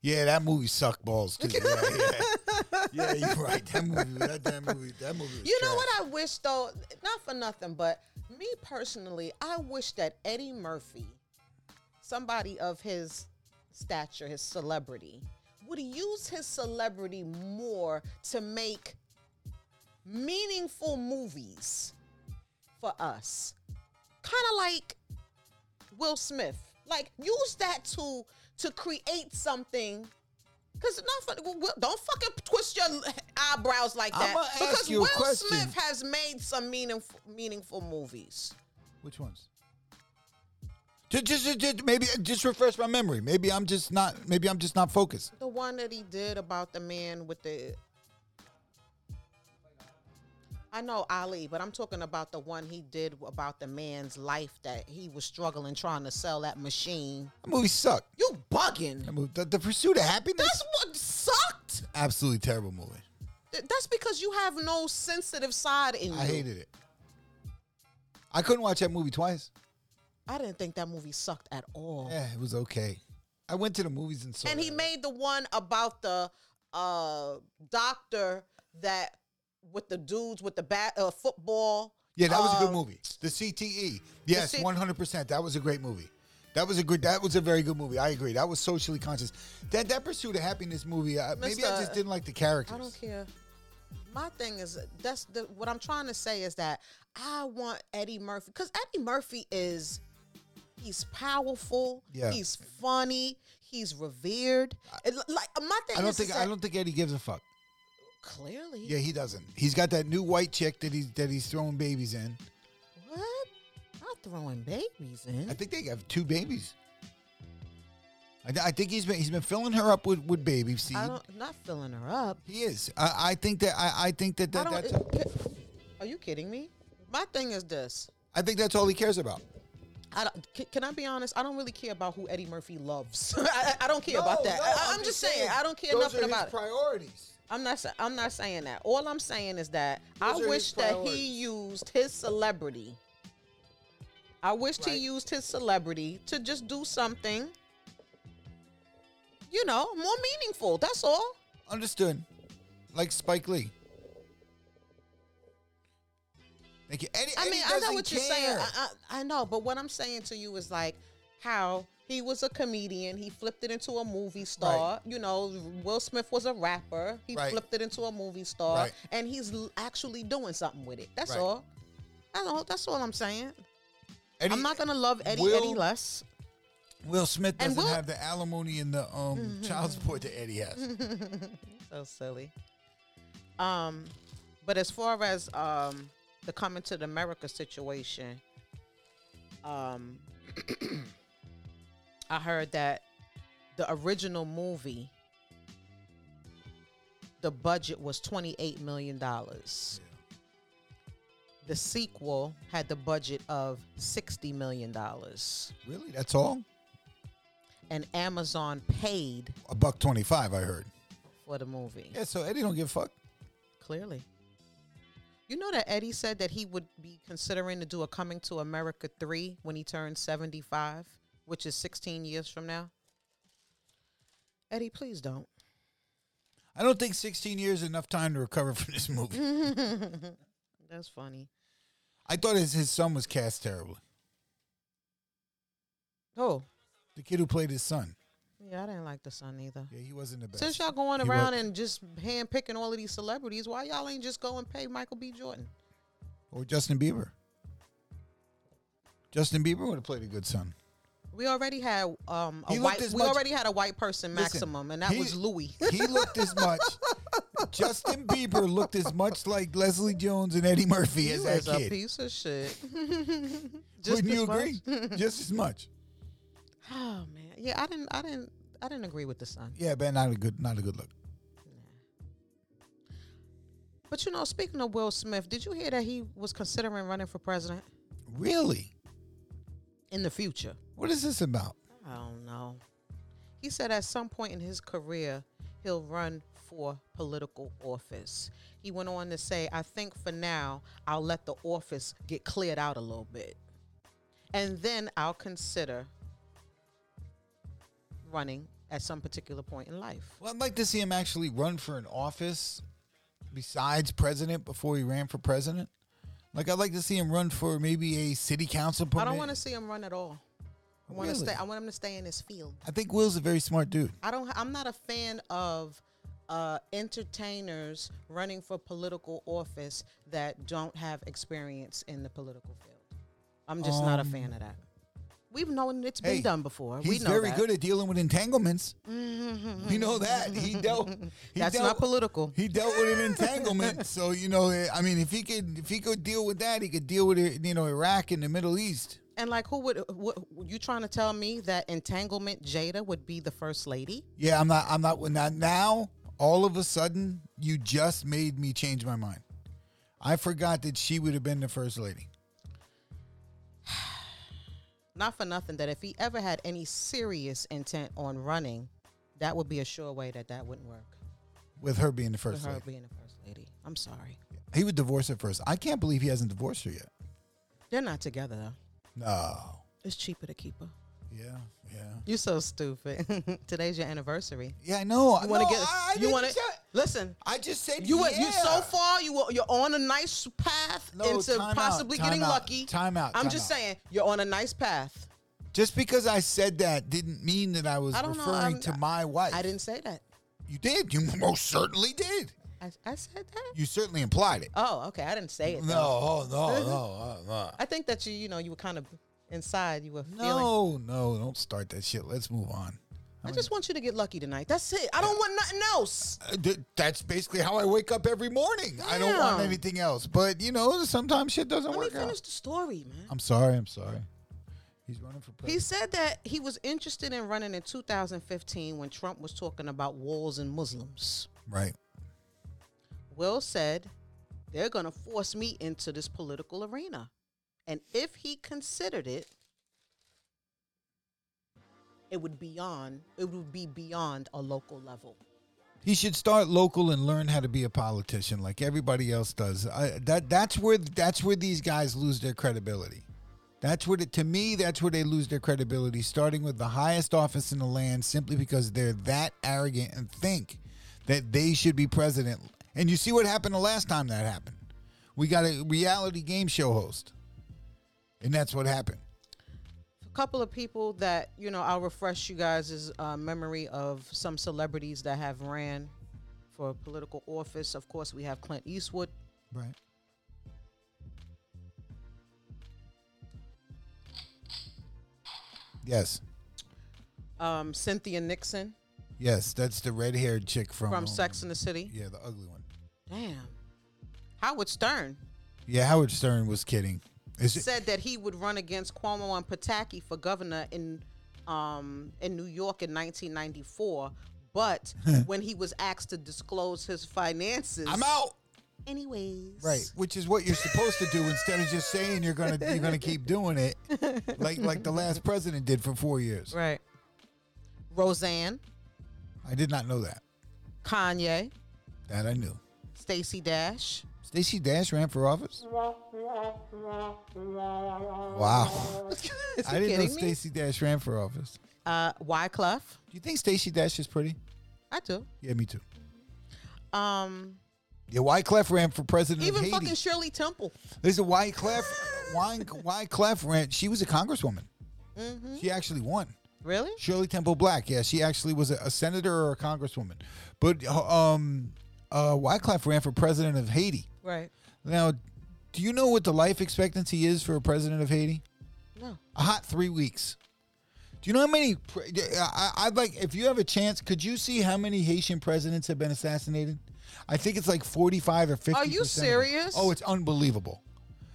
[SPEAKER 1] Yeah, that movie sucked balls too. Yeah, yeah. yeah you're right. That movie, that damn movie, that movie. was
[SPEAKER 2] You know
[SPEAKER 1] trash.
[SPEAKER 2] what I wish though, not for nothing, but me personally, I wish that Eddie Murphy, somebody of his stature, his celebrity, would use his celebrity more to make meaningful movies for us. Kind of like Will Smith. Like use that to to create something Cause not fu- Will- don't fucking twist your eyebrows like that.
[SPEAKER 1] I'ma ask
[SPEAKER 2] because
[SPEAKER 1] you a
[SPEAKER 2] Will
[SPEAKER 1] question.
[SPEAKER 2] Smith has made some meaningful meaningful movies.
[SPEAKER 1] Which ones? Just, just, just, maybe uh, just refresh my memory. Maybe I'm just not. Maybe I'm just not focused.
[SPEAKER 2] The one that he did about the man with the I know Ali, but I'm talking about the one he did about the man's life that he was struggling trying to sell that machine.
[SPEAKER 1] That movie sucked.
[SPEAKER 2] You bugging.
[SPEAKER 1] That movie, the, the Pursuit of Happiness?
[SPEAKER 2] That's what sucked.
[SPEAKER 1] absolutely terrible movie.
[SPEAKER 2] Th- That's because you have no sensitive side in you.
[SPEAKER 1] I hated it. I couldn't watch that movie twice.
[SPEAKER 2] I didn't think that movie sucked at all.
[SPEAKER 1] Yeah, it was okay. I went to the movies and saw.
[SPEAKER 2] and he
[SPEAKER 1] that.
[SPEAKER 2] made the one about the uh, doctor that with the dudes with the bat uh, football.
[SPEAKER 1] Yeah, that was a
[SPEAKER 2] uh,
[SPEAKER 1] good movie. The CTE. Yes,
[SPEAKER 2] C-
[SPEAKER 1] one hundred percent. That was a great movie. That was a good. That was a very good movie. I agree. That was socially conscious. That that pursuit of happiness movie. I, maybe I
[SPEAKER 2] Mister-
[SPEAKER 1] just didn't like the characters.
[SPEAKER 2] I don't care. My thing is that's the what I'm trying to say is that I want Eddie Murphy because Eddie Murphy is he's powerful.
[SPEAKER 1] Yeah.
[SPEAKER 2] He's funny. He's revered. It- like my thing
[SPEAKER 1] I don't
[SPEAKER 2] is,
[SPEAKER 1] think.
[SPEAKER 2] is
[SPEAKER 1] I
[SPEAKER 2] that-
[SPEAKER 1] don't think Eddie gives a fuck.
[SPEAKER 2] clearly.
[SPEAKER 1] Yeah, he doesn't. He's got that new white chick that he's that he's throwing babies in.
[SPEAKER 2] What? Not throwing babies in.
[SPEAKER 1] I think they have two babies. I, I think he's been he's been filling her up with with baby seed.
[SPEAKER 2] I don't not filling her up.
[SPEAKER 1] He is. I, I think that I, I think that,
[SPEAKER 2] I
[SPEAKER 1] that
[SPEAKER 2] don't.
[SPEAKER 1] that's
[SPEAKER 2] it- are you kidding me? My thing is this.
[SPEAKER 1] I think that's all he cares about.
[SPEAKER 2] I don't, can, can I be honest? I don't really care about who Eddie Murphy loves. I, I, I don't care about that. I, am just saying, I don't care nothing about it.
[SPEAKER 1] priorities.
[SPEAKER 2] I'm not. sa- I'm not saying that. All I'm saying is that
[SPEAKER 1] Those are
[SPEAKER 2] I
[SPEAKER 1] his
[SPEAKER 2] wish that he
[SPEAKER 1] priorities.
[SPEAKER 2] used his celebrity. I wish he
[SPEAKER 1] Right.
[SPEAKER 2] used his celebrity to just do something, you know, more meaningful. That's all.
[SPEAKER 1] Understood. Like Spike Lee. Thank you. Eddie,
[SPEAKER 2] I
[SPEAKER 1] Eddie
[SPEAKER 2] mean, I know
[SPEAKER 1] doesn't
[SPEAKER 2] what you're saying.
[SPEAKER 1] care.
[SPEAKER 2] I, I, I know, but what I'm saying to you is like how he was a comedian. He flipped it into a movie star. You know, Will Smith was a rapper. He
[SPEAKER 1] Right.
[SPEAKER 2] flipped it into a movie star,
[SPEAKER 1] Right.
[SPEAKER 2] and he's l- actually doing something with it. That's
[SPEAKER 1] Right.
[SPEAKER 2] all. I don't. That's all I'm saying.
[SPEAKER 1] Eddie-
[SPEAKER 2] I'm not gonna love Eddie
[SPEAKER 1] Will-
[SPEAKER 2] Eddie less.
[SPEAKER 1] Will Smith
[SPEAKER 2] and
[SPEAKER 1] doesn't
[SPEAKER 2] Will- Mm-hmm.
[SPEAKER 1] have the alimony and the um child support that Eddie has.
[SPEAKER 2] So silly. Um, but as far as um the coming to the America situation, um, I heard that the original movie, the budget was twenty eight million dollars. The sequel had the budget of sixty million dollars,
[SPEAKER 1] really? That's all?
[SPEAKER 2] and Amazon paid
[SPEAKER 1] A buck twenty five, I heard.
[SPEAKER 2] for the movie.
[SPEAKER 1] Yeah, so Eddie don't give a fuck.
[SPEAKER 2] Clearly. You know that Eddie said that he would be considering to do a Coming to America 3 when he turns 75, which is 16 years from now? Eddie, please don't.
[SPEAKER 1] I don't think sixteen years is enough time to recover from this
[SPEAKER 2] Mm-hmm.
[SPEAKER 1] movie.
[SPEAKER 2] That's funny.
[SPEAKER 1] I thought his, his son was cast terribly.
[SPEAKER 2] Oh,
[SPEAKER 1] The kid who played his son.
[SPEAKER 2] yeah, I didn't like the son either.
[SPEAKER 1] Yeah, he wasn't the best.
[SPEAKER 2] Since y'all going
[SPEAKER 1] He
[SPEAKER 2] around
[SPEAKER 1] was-
[SPEAKER 2] and just handpicking all of these celebrities, why y'all ain't just go and pay Michael B. Jordan?
[SPEAKER 1] or Justin Bieber. Justin Bieber would have played a good son.
[SPEAKER 2] We already had um a
[SPEAKER 1] He looked
[SPEAKER 2] white.
[SPEAKER 1] as
[SPEAKER 2] We
[SPEAKER 1] much-
[SPEAKER 2] already had a white person
[SPEAKER 1] Listen,
[SPEAKER 2] maximum, and that
[SPEAKER 1] he-
[SPEAKER 2] was Louis.
[SPEAKER 1] He looked as much. Justin Bieber looked as much like Leslie Jones and Eddie Murphy
[SPEAKER 2] He
[SPEAKER 1] as that
[SPEAKER 2] was a
[SPEAKER 1] kid.
[SPEAKER 2] piece of shit. Just as
[SPEAKER 1] Wouldn't you
[SPEAKER 2] much.
[SPEAKER 1] agree? Just as much.
[SPEAKER 2] Oh man, yeah, I didn't, I didn't, I didn't agree with the son.
[SPEAKER 1] Yeah, but not a good, not a good look.
[SPEAKER 2] But you know, speaking of Will Smith, did you hear that he was considering running for president
[SPEAKER 1] Really?
[SPEAKER 2] in the future?
[SPEAKER 1] What is this about?
[SPEAKER 2] I don't know. He said at some point in his career, he'll run for political office. He went on to say, I think for now, I'll let the office get cleared out a little bit. And then I'll consider running at some particular point in life.
[SPEAKER 1] Well, I'd like to see him actually run for an office besides president before he ran for president. Like I'd like to see him run for maybe a city council.
[SPEAKER 2] I don't
[SPEAKER 1] permit.
[SPEAKER 2] want to see him run at all. I want to
[SPEAKER 1] Really?
[SPEAKER 2] stay. I want him to stay in his field.
[SPEAKER 1] I think Will's a very smart dude.
[SPEAKER 2] I don't. I'm not a fan of uh, entertainers running for political office that don't have experience in the political field. I'm just not a fan of that. We've known it's been
[SPEAKER 1] Um, Hey,
[SPEAKER 2] done before.
[SPEAKER 1] He's
[SPEAKER 2] Uh, we know
[SPEAKER 1] very
[SPEAKER 2] that. Mm-hmm.
[SPEAKER 1] good at dealing with entanglements. You know that he dealt. He
[SPEAKER 2] That's
[SPEAKER 1] dealt,
[SPEAKER 2] not political.
[SPEAKER 1] He dealt with an entanglement, so you know. eh, I mean, if he could, if he could deal with that, he could deal with it. You know, Iraq and the Middle East.
[SPEAKER 2] and like, who would? What, you trying to tell me that entanglement Jada would be the first lady?
[SPEAKER 1] Yeah, I'm not. I'm not. Not now. All of a sudden, you just made me change my mind. I forgot that she would have been the first lady.
[SPEAKER 2] Not for nothing that if he ever had any serious intent on running, that would be a sure way that that wouldn't work.
[SPEAKER 1] With her being the
[SPEAKER 2] With
[SPEAKER 1] first
[SPEAKER 2] her
[SPEAKER 1] lady.
[SPEAKER 2] being the first lady. I'm sorry.
[SPEAKER 1] He would divorce her first. I can't believe he hasn't divorced her yet.
[SPEAKER 2] They're not together though.
[SPEAKER 1] No.
[SPEAKER 2] It's cheaper to keep her.
[SPEAKER 1] Yeah, yeah.
[SPEAKER 2] You're so stupid. Today's your anniversary.
[SPEAKER 1] Yeah, I know.
[SPEAKER 2] You want to get?
[SPEAKER 1] No, I, I
[SPEAKER 2] you want
[SPEAKER 1] didn't
[SPEAKER 2] to?
[SPEAKER 1] say-
[SPEAKER 2] Listen,
[SPEAKER 1] I just said
[SPEAKER 2] you were-
[SPEAKER 1] yeah.
[SPEAKER 2] you so far. You were, you're on a nice path
[SPEAKER 1] No,
[SPEAKER 2] into
[SPEAKER 1] time out,
[SPEAKER 2] possibly
[SPEAKER 1] time
[SPEAKER 2] getting
[SPEAKER 1] out,
[SPEAKER 2] lucky.
[SPEAKER 1] time out,
[SPEAKER 2] I'm
[SPEAKER 1] time
[SPEAKER 2] just
[SPEAKER 1] out.
[SPEAKER 2] saying you're on a nice path.
[SPEAKER 1] Just because I said that didn't mean that I was
[SPEAKER 2] I don't know,
[SPEAKER 1] referring
[SPEAKER 2] I'm-
[SPEAKER 1] to my wife.
[SPEAKER 2] I didn't say that.
[SPEAKER 1] You did. You most certainly did.
[SPEAKER 2] I, I said that.
[SPEAKER 1] You certainly implied it.
[SPEAKER 2] Oh, okay. I didn't say it.
[SPEAKER 1] No,
[SPEAKER 2] though.
[SPEAKER 1] oh, no, no,
[SPEAKER 2] Mm-hmm.
[SPEAKER 1] no, no.
[SPEAKER 2] I think that you, you know, you were kind of inside. You were feeling.
[SPEAKER 1] No, no, don't start that shit. Let's move on.
[SPEAKER 2] I just want you to get lucky tonight. That's it. I don't want nothing else.
[SPEAKER 1] Uh, th- That's basically how I wake up every morning. I don't want
[SPEAKER 2] Damn.
[SPEAKER 1] anything else. But, you know, sometimes shit doesn't
[SPEAKER 2] Let me
[SPEAKER 1] work
[SPEAKER 2] finish
[SPEAKER 1] out.
[SPEAKER 2] the story, man.
[SPEAKER 1] I'm sorry. I'm sorry. He's running for
[SPEAKER 2] He
[SPEAKER 1] president.
[SPEAKER 2] said that he was interested in running in 2015 when Trump was talking about wars and Muslims.
[SPEAKER 1] right.
[SPEAKER 2] Will said, they're going to force me into this political arena. And if he considered it, it would beyond it would be beyond a local level.
[SPEAKER 1] He should start local and learn how to be a politician like everybody else does. I, that that's where that's where these guys lose their credibility. That's where the, to me that's where they lose their credibility starting with the highest office in the land simply because they're that arrogant and think that they should be president. And you see what happened the last time that happened. We got a reality game show host. And that's what happened.
[SPEAKER 2] A couple of people that, you know, I'll refresh you guys' uh, memory of some celebrities that have ran for political office. Of course, we have Clint Eastwood,
[SPEAKER 1] Right. Yes.
[SPEAKER 2] um, Cynthia Nixon
[SPEAKER 1] Yes, that's the red haired chick from,
[SPEAKER 2] from
[SPEAKER 1] um,
[SPEAKER 2] Sex and the City.
[SPEAKER 1] Yeah, the ugly one.
[SPEAKER 2] Damn. Howard Stern
[SPEAKER 1] Yeah, Howard Stern was kidding. Is it,
[SPEAKER 2] said that he would run against Cuomo and Pataki for governor in um, in New York in 1994. But when he was asked to disclose his finances,
[SPEAKER 1] I'm out.
[SPEAKER 2] Anyways,
[SPEAKER 1] Right, which is what you're supposed to do instead of just saying you're gonna you're gonna keep doing it, like like the last president did for four years.
[SPEAKER 2] right. Roseanne,
[SPEAKER 1] I did not know that.
[SPEAKER 2] Kanye,
[SPEAKER 1] That I knew.
[SPEAKER 2] Stacey Dash,
[SPEAKER 1] Stacey Dash ran for office. Wow,
[SPEAKER 2] Is he
[SPEAKER 1] I
[SPEAKER 2] kidding
[SPEAKER 1] didn't know
[SPEAKER 2] me?
[SPEAKER 1] Stacey Dash ran for office.
[SPEAKER 2] uh, Wyclef.
[SPEAKER 1] Do you think Stacey Dash is pretty?
[SPEAKER 2] I do.
[SPEAKER 1] Yeah, me too.
[SPEAKER 2] Um,
[SPEAKER 1] Yeah, Wyclef ran for president
[SPEAKER 2] even
[SPEAKER 1] of Haiti.
[SPEAKER 2] fucking Shirley Temple.
[SPEAKER 1] There's a Wyclef. Wy- Wyclef ran. She was a congresswoman.
[SPEAKER 2] Mm-hmm.
[SPEAKER 1] She actually won.
[SPEAKER 2] Really?
[SPEAKER 1] Shirley Temple Black. Yeah, she actually was a, a senator or a congresswoman. But um, uh, Wyclef ran for president of Haiti.
[SPEAKER 2] Right.
[SPEAKER 1] Now, do you know what the life expectancy is for a president of Haiti?
[SPEAKER 2] No.
[SPEAKER 1] A hot three weeks. Do you know how many? Pre- I, I- I'd like if you have a chance, could you see how many Haitian presidents have been assassinated? I think it's like forty-five or fifty.
[SPEAKER 2] Are you serious?
[SPEAKER 1] Oh, it's unbelievable.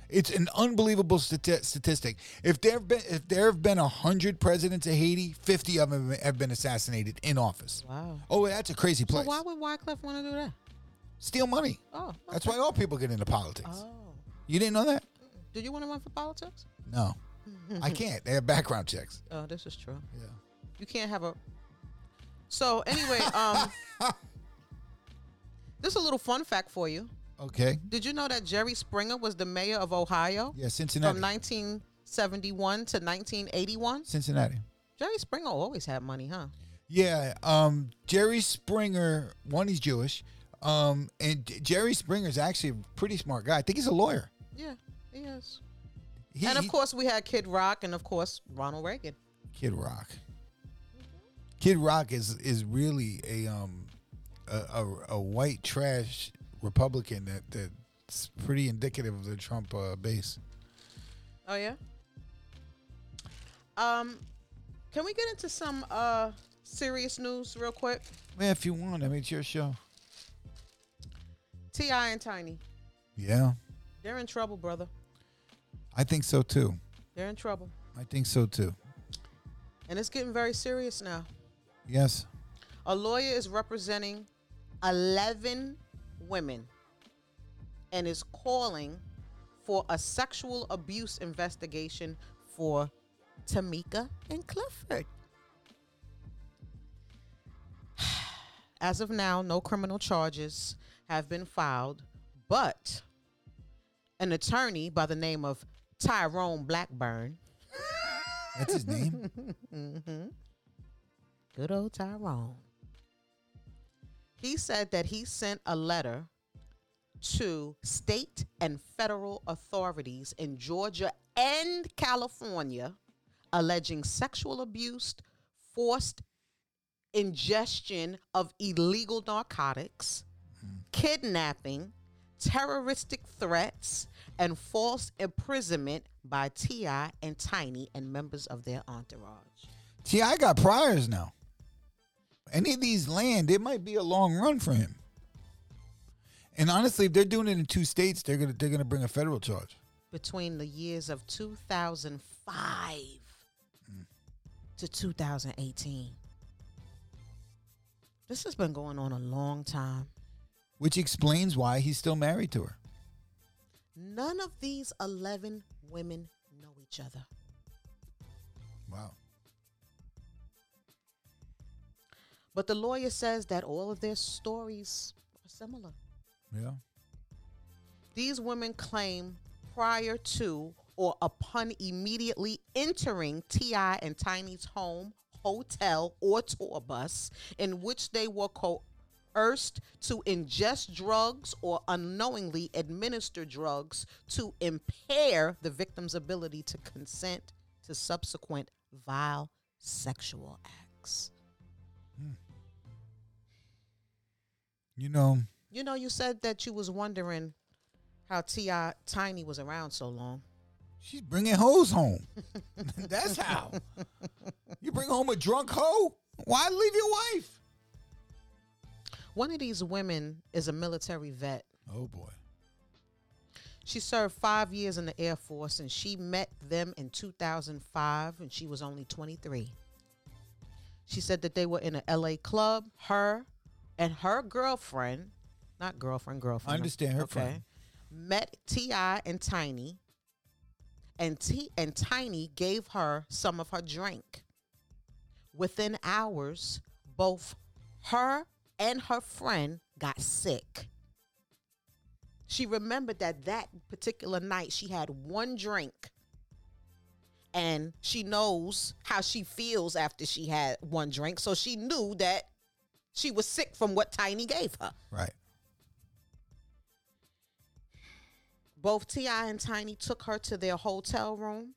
[SPEAKER 1] It's an unbelievable stati- statistic. If there have been if there have been hundred presidents of Haiti, fifty of them have been assassinated in office.
[SPEAKER 2] Wow.
[SPEAKER 1] Oh, that's a crazy
[SPEAKER 2] So
[SPEAKER 1] place.
[SPEAKER 2] why would Wyclef want to do that?
[SPEAKER 1] Steal money.
[SPEAKER 2] Oh,
[SPEAKER 1] That's why all people get into politics.
[SPEAKER 2] Oh.
[SPEAKER 1] You didn't know that?
[SPEAKER 2] Do you want to run for politics?
[SPEAKER 1] No, I can't. They have background checks.
[SPEAKER 2] Oh, this is true.
[SPEAKER 1] Yeah.
[SPEAKER 2] You can't have a. So anyway, um, this is a little fun fact for you.
[SPEAKER 1] Okay.
[SPEAKER 2] Did you know that Jerry Springer was the mayor of Ohio
[SPEAKER 1] Yeah, Cincinnati.
[SPEAKER 2] from 1971 to 1981?
[SPEAKER 1] Cincinnati.
[SPEAKER 2] Jerry Springer always had money, huh?
[SPEAKER 1] Yeah, um, Jerry Springer. One, he's Jewish, um, and J- Jerry Springer's actually a pretty smart guy. I think he's a lawyer.
[SPEAKER 2] Yeah, he is.
[SPEAKER 1] He,
[SPEAKER 2] and of
[SPEAKER 1] he-
[SPEAKER 2] course, we had Kid Rock, and of course, Ronald Reagan.
[SPEAKER 1] Kid Rock. Kid Rock is is really a um a, a, a white trash Republican that that's pretty indicative of the Trump uh, base.
[SPEAKER 2] Oh yeah. Um, can we get into some uh serious news real quick?
[SPEAKER 1] Man, if you want, I mean, it's your show.
[SPEAKER 2] Ti and Tiny,
[SPEAKER 1] Yeah,
[SPEAKER 2] they're in trouble, brother.
[SPEAKER 1] I think so too.
[SPEAKER 2] They're in trouble.
[SPEAKER 1] I think so too.
[SPEAKER 2] And it's getting very serious now.
[SPEAKER 1] Yes.
[SPEAKER 2] A lawyer is representing 11 women and is calling for a sexual abuse investigation for Tamika and Clifford. As of now, no criminal charges have been filed, but an attorney by the name of Tyrone Blackburn,
[SPEAKER 1] That's his name.
[SPEAKER 2] good old Tyrone, he said that he sent a letter to state and federal authorities in Georgia and California alleging sexual abuse, forced ingestion of illegal narcotics, kidnapping, terroristic threats, and false imprisonment by T.I. and Tiny and members of their entourage.
[SPEAKER 1] See, I got priors now. Any of these land, it might be a long run for him. And honestly, if they're doing it in two states, they're gonna they're gonna bring a federal charge.
[SPEAKER 2] between the years of 2005 to 2018. This has been going on a long time.
[SPEAKER 1] Which explains why he's still married to her.
[SPEAKER 2] None of these 11 women know each other.
[SPEAKER 1] Wow.
[SPEAKER 2] But the lawyer says that all of their stories are similar.
[SPEAKER 1] Yeah.
[SPEAKER 2] These women claim prior to or upon immediately entering T.I. and Tiny's home, hotel, or tour bus, in which they were coerced to ingest drugs or unknowingly administer drugs to impair the victim's ability to consent to subsequent vile sexual acts.
[SPEAKER 1] You know,
[SPEAKER 2] You know, you said that you was wondering how T.I. Tiny was around so long.
[SPEAKER 1] she's bringing hoes home. That's how. You bring home a drunk hoe? Why leave your wife?
[SPEAKER 2] One of these women is a military vet.
[SPEAKER 1] Oh boy.
[SPEAKER 2] She served five years in the Air Force and she met them in 2005 and she was only 23. She said that they were in a LA club, her and her girlfriend, not girlfriend, girlfriend.
[SPEAKER 1] I understand her friend.
[SPEAKER 2] Met T.I. and Tiny and T and Tiny gave her some of her drink. Within hours, both her and her friend got sick. She remembered that that particular night she had one drink. And she knows how she feels after she had one drink, so she knew that she was sick from what Tiny gave her.
[SPEAKER 1] Right.
[SPEAKER 2] Both T.I. and Tiny took her to their hotel room.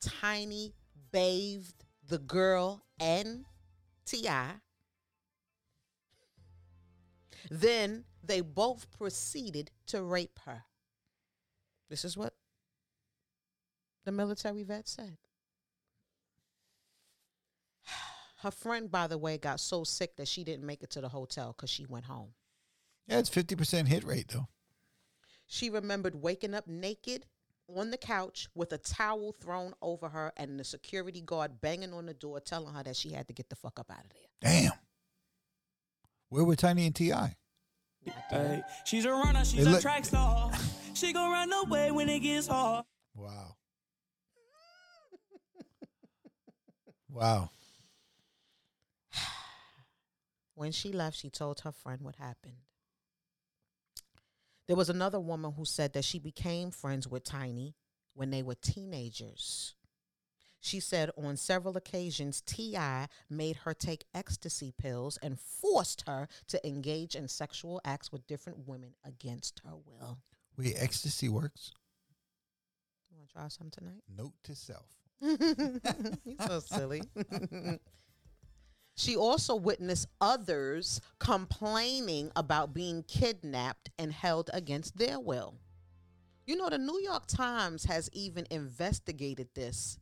[SPEAKER 2] Tiny bathed the girl and T.I. Then they both proceeded to rape her. This is what the military vet said. Her friend, by the way, got so sick that she didn't make it to the hotel because she went home.
[SPEAKER 1] Yeah, it's fifty percent hit rate though.
[SPEAKER 2] She remembered waking up naked on the couch with a towel thrown over her and the security guard banging on the door telling her that she had to get the fuck up out of there.
[SPEAKER 1] Damn. Where were Tiny and T.I.?
[SPEAKER 3] Ay, she's a runner, she's
[SPEAKER 1] look-
[SPEAKER 3] a track star. She gon' run away when it gets hard.
[SPEAKER 1] Wow. wow.
[SPEAKER 2] When she left, she told her friend what happened. There was another woman who said that she became friends with Tiny when they were teenagers. She said on several occasions, T.I. made her take ecstasy pills and forced her to engage in sexual acts with different women against her will.
[SPEAKER 1] Wait, ecstasy works?
[SPEAKER 2] You want to try some tonight?
[SPEAKER 1] Note to self.
[SPEAKER 2] You're so silly. she also witnessed others complaining about being kidnapped and held against their will. You know, the New York Times has even investigated this.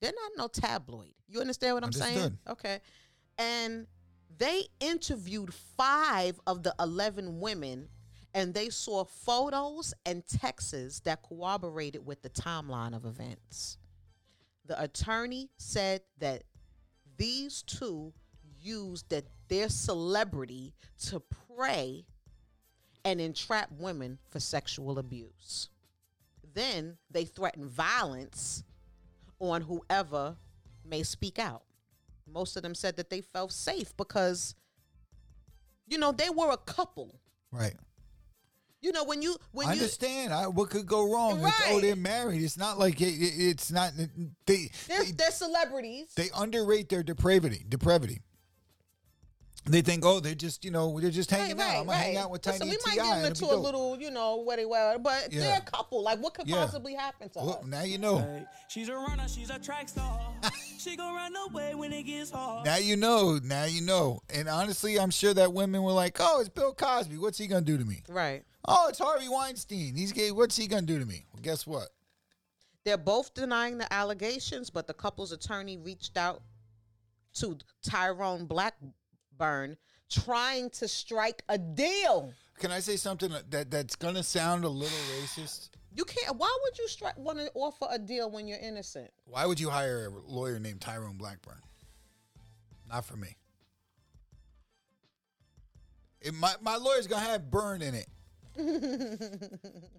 [SPEAKER 2] They're not no tabloid. You understand what I'm saying?
[SPEAKER 1] Understood.
[SPEAKER 2] Okay. And they interviewed five of the 11 women and they saw photos and texts that corroborated with the timeline of events. The attorney said that these two used that their celebrity to prey and entrap women for sexual abuse. Then they threaten violence on whoever may speak out. Most of them said that they felt safe because, you know, they were a couple.
[SPEAKER 1] Right.
[SPEAKER 2] You know, when you when
[SPEAKER 1] I
[SPEAKER 2] you
[SPEAKER 1] understand. I, what could go wrong? It's, oh,
[SPEAKER 2] Right.
[SPEAKER 1] they're married. It's not like it, it- it's not. They,
[SPEAKER 2] they're,
[SPEAKER 1] they
[SPEAKER 2] they're celebrities.
[SPEAKER 1] they underrate their depravity. Depravity. They think, oh, they're just you know they're just hanging out. I'm gonna hang out with Tiny
[SPEAKER 2] Listen, we
[SPEAKER 1] T.I.
[SPEAKER 2] might get
[SPEAKER 1] and
[SPEAKER 2] into a
[SPEAKER 1] it'll be dope.
[SPEAKER 2] little, you know, what they well, but
[SPEAKER 1] Yeah.
[SPEAKER 2] they're a couple. Like, what could
[SPEAKER 1] Yeah.
[SPEAKER 2] possibly happen to
[SPEAKER 1] Look,
[SPEAKER 2] us?
[SPEAKER 1] now you know.
[SPEAKER 3] Ay, She's a runner, she's a track star. she gon' run away when it gets hard.
[SPEAKER 1] Now you know. Now you know. And honestly, I'm sure that women were like, oh, it's Bill Cosby. What's he gonna do to me?
[SPEAKER 2] Right.
[SPEAKER 1] Oh, it's Harvey Weinstein. He's gay. What's he gonna do to me? Well, guess what?
[SPEAKER 2] They're both denying the allegations, but the couple's attorney reached out to Tyrone Blackburn trying to strike a deal.
[SPEAKER 1] Can I say something that that's gonna sound a little racist?
[SPEAKER 2] You can't. Why would you strike want to offer a deal when you're innocent?
[SPEAKER 1] Why would you hire a lawyer named Tyrone Blackburn? Not for me. It, my my lawyer's gonna have burn in it,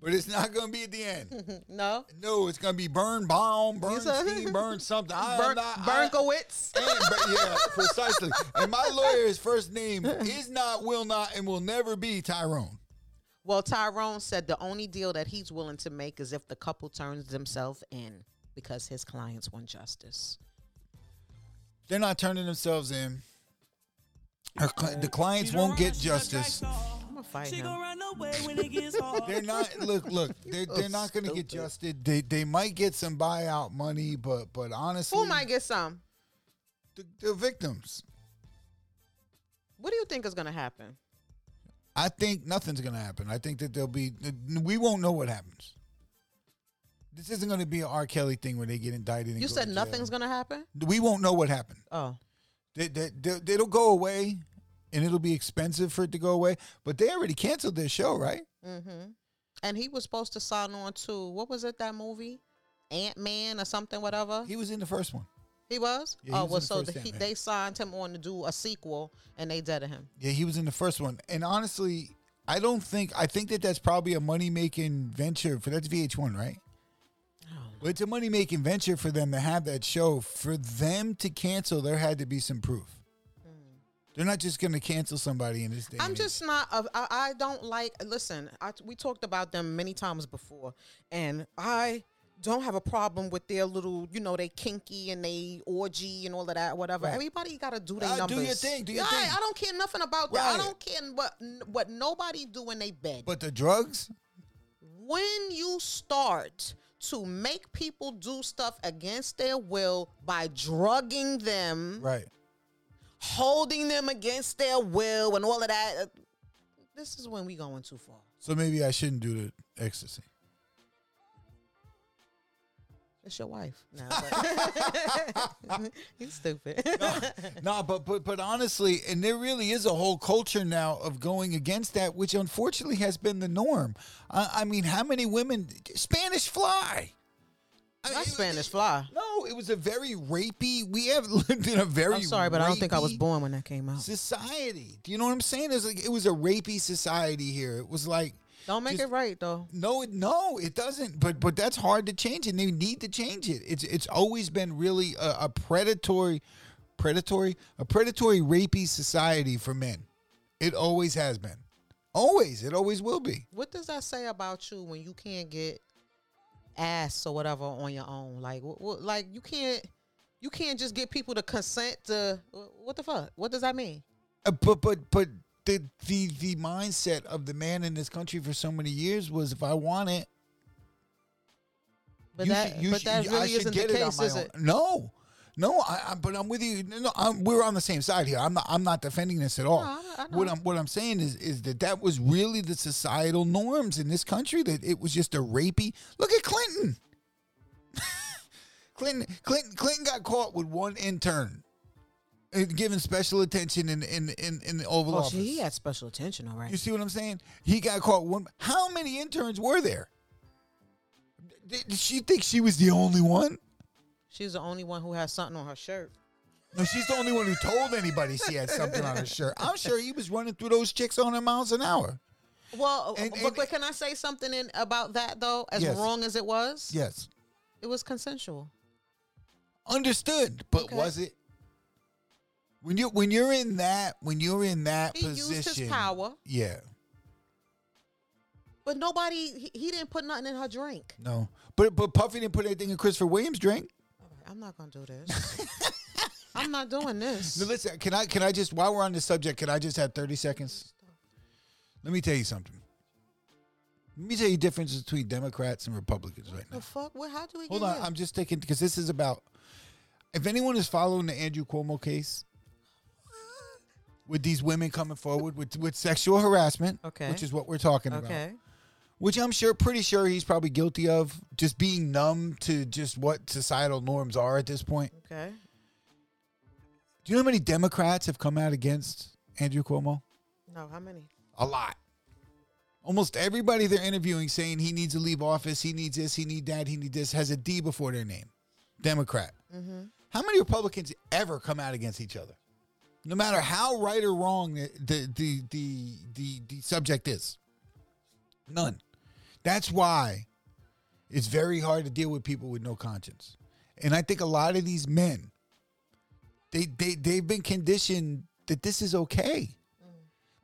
[SPEAKER 1] but it's not gonna be at the end.
[SPEAKER 2] No.
[SPEAKER 1] No, it's gonna be burn bomb, burn
[SPEAKER 2] said-
[SPEAKER 1] steam, burn something. I am
[SPEAKER 2] Bern-
[SPEAKER 1] not- I-
[SPEAKER 2] Bernkowitz.
[SPEAKER 1] and, but yeah, precisely. And my lawyer's first name is not, will not, and will never be Tyrone.
[SPEAKER 2] Well, Tyrone said the only deal that he's willing to make is if the couple turns themselves in because his clients want justice.
[SPEAKER 1] They're not turning themselves in. Her cli- the clients won't get justice.
[SPEAKER 2] I'm gonna fight
[SPEAKER 3] She
[SPEAKER 2] him.
[SPEAKER 3] gon' run away when it gets hard.
[SPEAKER 1] They're not. Look, look. They're
[SPEAKER 2] so
[SPEAKER 1] they're not going to get
[SPEAKER 2] stupid.
[SPEAKER 1] justice. They they might get some buyout money, but but honestly,
[SPEAKER 2] Who might get some?
[SPEAKER 1] the, the victims.
[SPEAKER 2] What do you think is gonna happen?
[SPEAKER 1] I think nothing's going to happen. I think that they'll be. We won't know what happens. This isn't going to be an R. Kelly thing where they get indicted. And
[SPEAKER 2] You
[SPEAKER 1] go
[SPEAKER 2] said
[SPEAKER 1] to
[SPEAKER 2] nothing's
[SPEAKER 1] jail.
[SPEAKER 2] gonna happen.
[SPEAKER 1] We won't know what happened.
[SPEAKER 2] Oh,
[SPEAKER 1] They, they, they, it'll go away, and it'll be expensive for it to go away. But they already canceled their show, right?
[SPEAKER 2] and he was supposed to sign on to what was it? That movie, Ant Man or something, whatever. He,
[SPEAKER 1] He was in the first one.
[SPEAKER 2] was.
[SPEAKER 1] Yeah, he
[SPEAKER 2] oh
[SPEAKER 1] was in
[SPEAKER 2] well,
[SPEAKER 1] the
[SPEAKER 2] so
[SPEAKER 1] first
[SPEAKER 2] the, he,
[SPEAKER 1] Ant-Man.
[SPEAKER 2] they signed him on to do a sequel, and they deaded him.
[SPEAKER 1] Yeah, he was in the first one. And honestly, I don't think I think that that's probably a money making venture for that's VH1, right?
[SPEAKER 2] Oh.
[SPEAKER 1] Well, it's a money making venture for them to have that show. For them to cancel, there had to be some proof. They're not just going to cancel somebody in this day.
[SPEAKER 2] Mm. I'm
[SPEAKER 1] and
[SPEAKER 2] just
[SPEAKER 1] age.
[SPEAKER 2] not. a- I, I don't like. Listen, I, we talked about them many times before, and I don't have a problem with their little, you know, they kinky and they orgy and all of that, whatever.
[SPEAKER 1] Right.
[SPEAKER 2] Everybody got to do their
[SPEAKER 1] Ah, do
[SPEAKER 2] numbers.
[SPEAKER 1] your thing, do your
[SPEAKER 2] Yeah, I-
[SPEAKER 1] thing.
[SPEAKER 2] I don't care nothing about that. I
[SPEAKER 1] Right.
[SPEAKER 2] don't care what what nobody do in they bed.
[SPEAKER 1] But the drugs,
[SPEAKER 2] when you start to make people do stuff against their will by drugging them
[SPEAKER 1] right?
[SPEAKER 2] holding them against their will and all of that. uh, This is when we going too far.
[SPEAKER 1] So maybe I shouldn't do the ecstasy.
[SPEAKER 2] It's your wife. No, but you stupid.
[SPEAKER 1] no, but but but honestly, and there really is a whole culture now of going against that, which unfortunately has been the norm. I, I mean, how many women Spanish fly? I mean,
[SPEAKER 2] Not
[SPEAKER 1] it-
[SPEAKER 2] Spanish fly.
[SPEAKER 1] No, it was a very rapey. We have lived in a very.
[SPEAKER 2] I'm sorry, but I don't think I was
[SPEAKER 1] rapey
[SPEAKER 2] born when that came out.
[SPEAKER 1] Society. Do you know what I'm saying? It was like it was a rapey society here. It was like
[SPEAKER 2] Don't make
[SPEAKER 1] just-
[SPEAKER 2] it right though.
[SPEAKER 1] no, it, no, it doesn't. But but that's hard to change, and they need to change it. It's it's always been really a, a predatory, predatory, a predatory rapey society for men. It always has been, always. It always will be.
[SPEAKER 2] What does that say about you when you can't get ass or whatever on your own? Like, wh- wh- like you can't, you can't just get people to consent to wh- what the fuck? What does that mean?
[SPEAKER 1] Uh, but but but the the the mindset of the man in this country for so many years was if I want it,
[SPEAKER 2] But
[SPEAKER 1] you
[SPEAKER 2] that,
[SPEAKER 1] should- you
[SPEAKER 2] but
[SPEAKER 1] should-
[SPEAKER 2] that
[SPEAKER 1] you- I
[SPEAKER 2] really
[SPEAKER 1] should
[SPEAKER 2] isn't
[SPEAKER 1] get
[SPEAKER 2] the
[SPEAKER 1] it on
[SPEAKER 2] case,
[SPEAKER 1] my
[SPEAKER 2] is
[SPEAKER 1] own.
[SPEAKER 2] it?
[SPEAKER 1] No. No, I, I, but I'm with you. No, I'm, we're on the same side here. I'm not. I'm not defending this at all.
[SPEAKER 2] No, I- I know.
[SPEAKER 1] what I'm what I'm saying is is that that was really the societal norms in this country. That it was just a rapey. Look at Clinton. Clinton Clinton Clinton got caught with one intern, and given special attention in in in, in the Oval
[SPEAKER 2] Oh,
[SPEAKER 1] Office.
[SPEAKER 2] shit, he had special attention, all right.
[SPEAKER 1] You see what I'm saying? He got caught one. How many interns were there? Did, did she think she was the only one?
[SPEAKER 2] She's the only one who has something on her shirt.
[SPEAKER 1] No, she's the only one who told anybody she had something on her shirt. I'm sure he was running through those chicks on her miles an hour.
[SPEAKER 2] Well,
[SPEAKER 1] And-
[SPEAKER 2] but,
[SPEAKER 1] and-
[SPEAKER 2] but can I say something in, about that though? As
[SPEAKER 1] Yes.
[SPEAKER 2] wrong as it was,
[SPEAKER 1] Yes.
[SPEAKER 2] it was consensual.
[SPEAKER 1] Understood, but
[SPEAKER 2] Okay.
[SPEAKER 1] was it when you when you're in that when you're in that
[SPEAKER 2] He used
[SPEAKER 1] position?
[SPEAKER 2] his power.
[SPEAKER 1] Yeah,
[SPEAKER 2] But nobody, he, he didn't put nothing in her drink.
[SPEAKER 1] no, but but Puffy didn't put anything in Christopher Williams' drink.
[SPEAKER 2] I'm not gonna do this. I'm not doing this.
[SPEAKER 1] Now listen, can I can I just while we're on this subject, can I just have thirty seconds? Let me tell you something. Let me tell you the difference between Democrats and Republicans right now.
[SPEAKER 2] the fuck? What? How do we?
[SPEAKER 1] Hold
[SPEAKER 2] get
[SPEAKER 1] on,
[SPEAKER 2] here?
[SPEAKER 1] I'm just thinking because this is about. If anyone is following the Andrew Cuomo case, with these women coming forward with with sexual harassment,
[SPEAKER 2] Okay.
[SPEAKER 1] which is what we're talking about,
[SPEAKER 2] okay.
[SPEAKER 1] which I'm sure, pretty sure he's probably guilty of just being numb to just what societal norms are at this point.
[SPEAKER 2] Okay.
[SPEAKER 1] Do you know how many Democrats have come out against Andrew Cuomo?
[SPEAKER 2] No, how many?
[SPEAKER 1] A lot. Almost everybody they're interviewing saying he needs to leave office, he needs this, he need that, he need this has a D before their name. Democrat. How many Republicans ever come out against each other? No matter how right or wrong the the the the, the, the subject is. None. That's why it's very hard to deal with people with no conscience. And I think a lot of these men they they they've been conditioned that this is okay.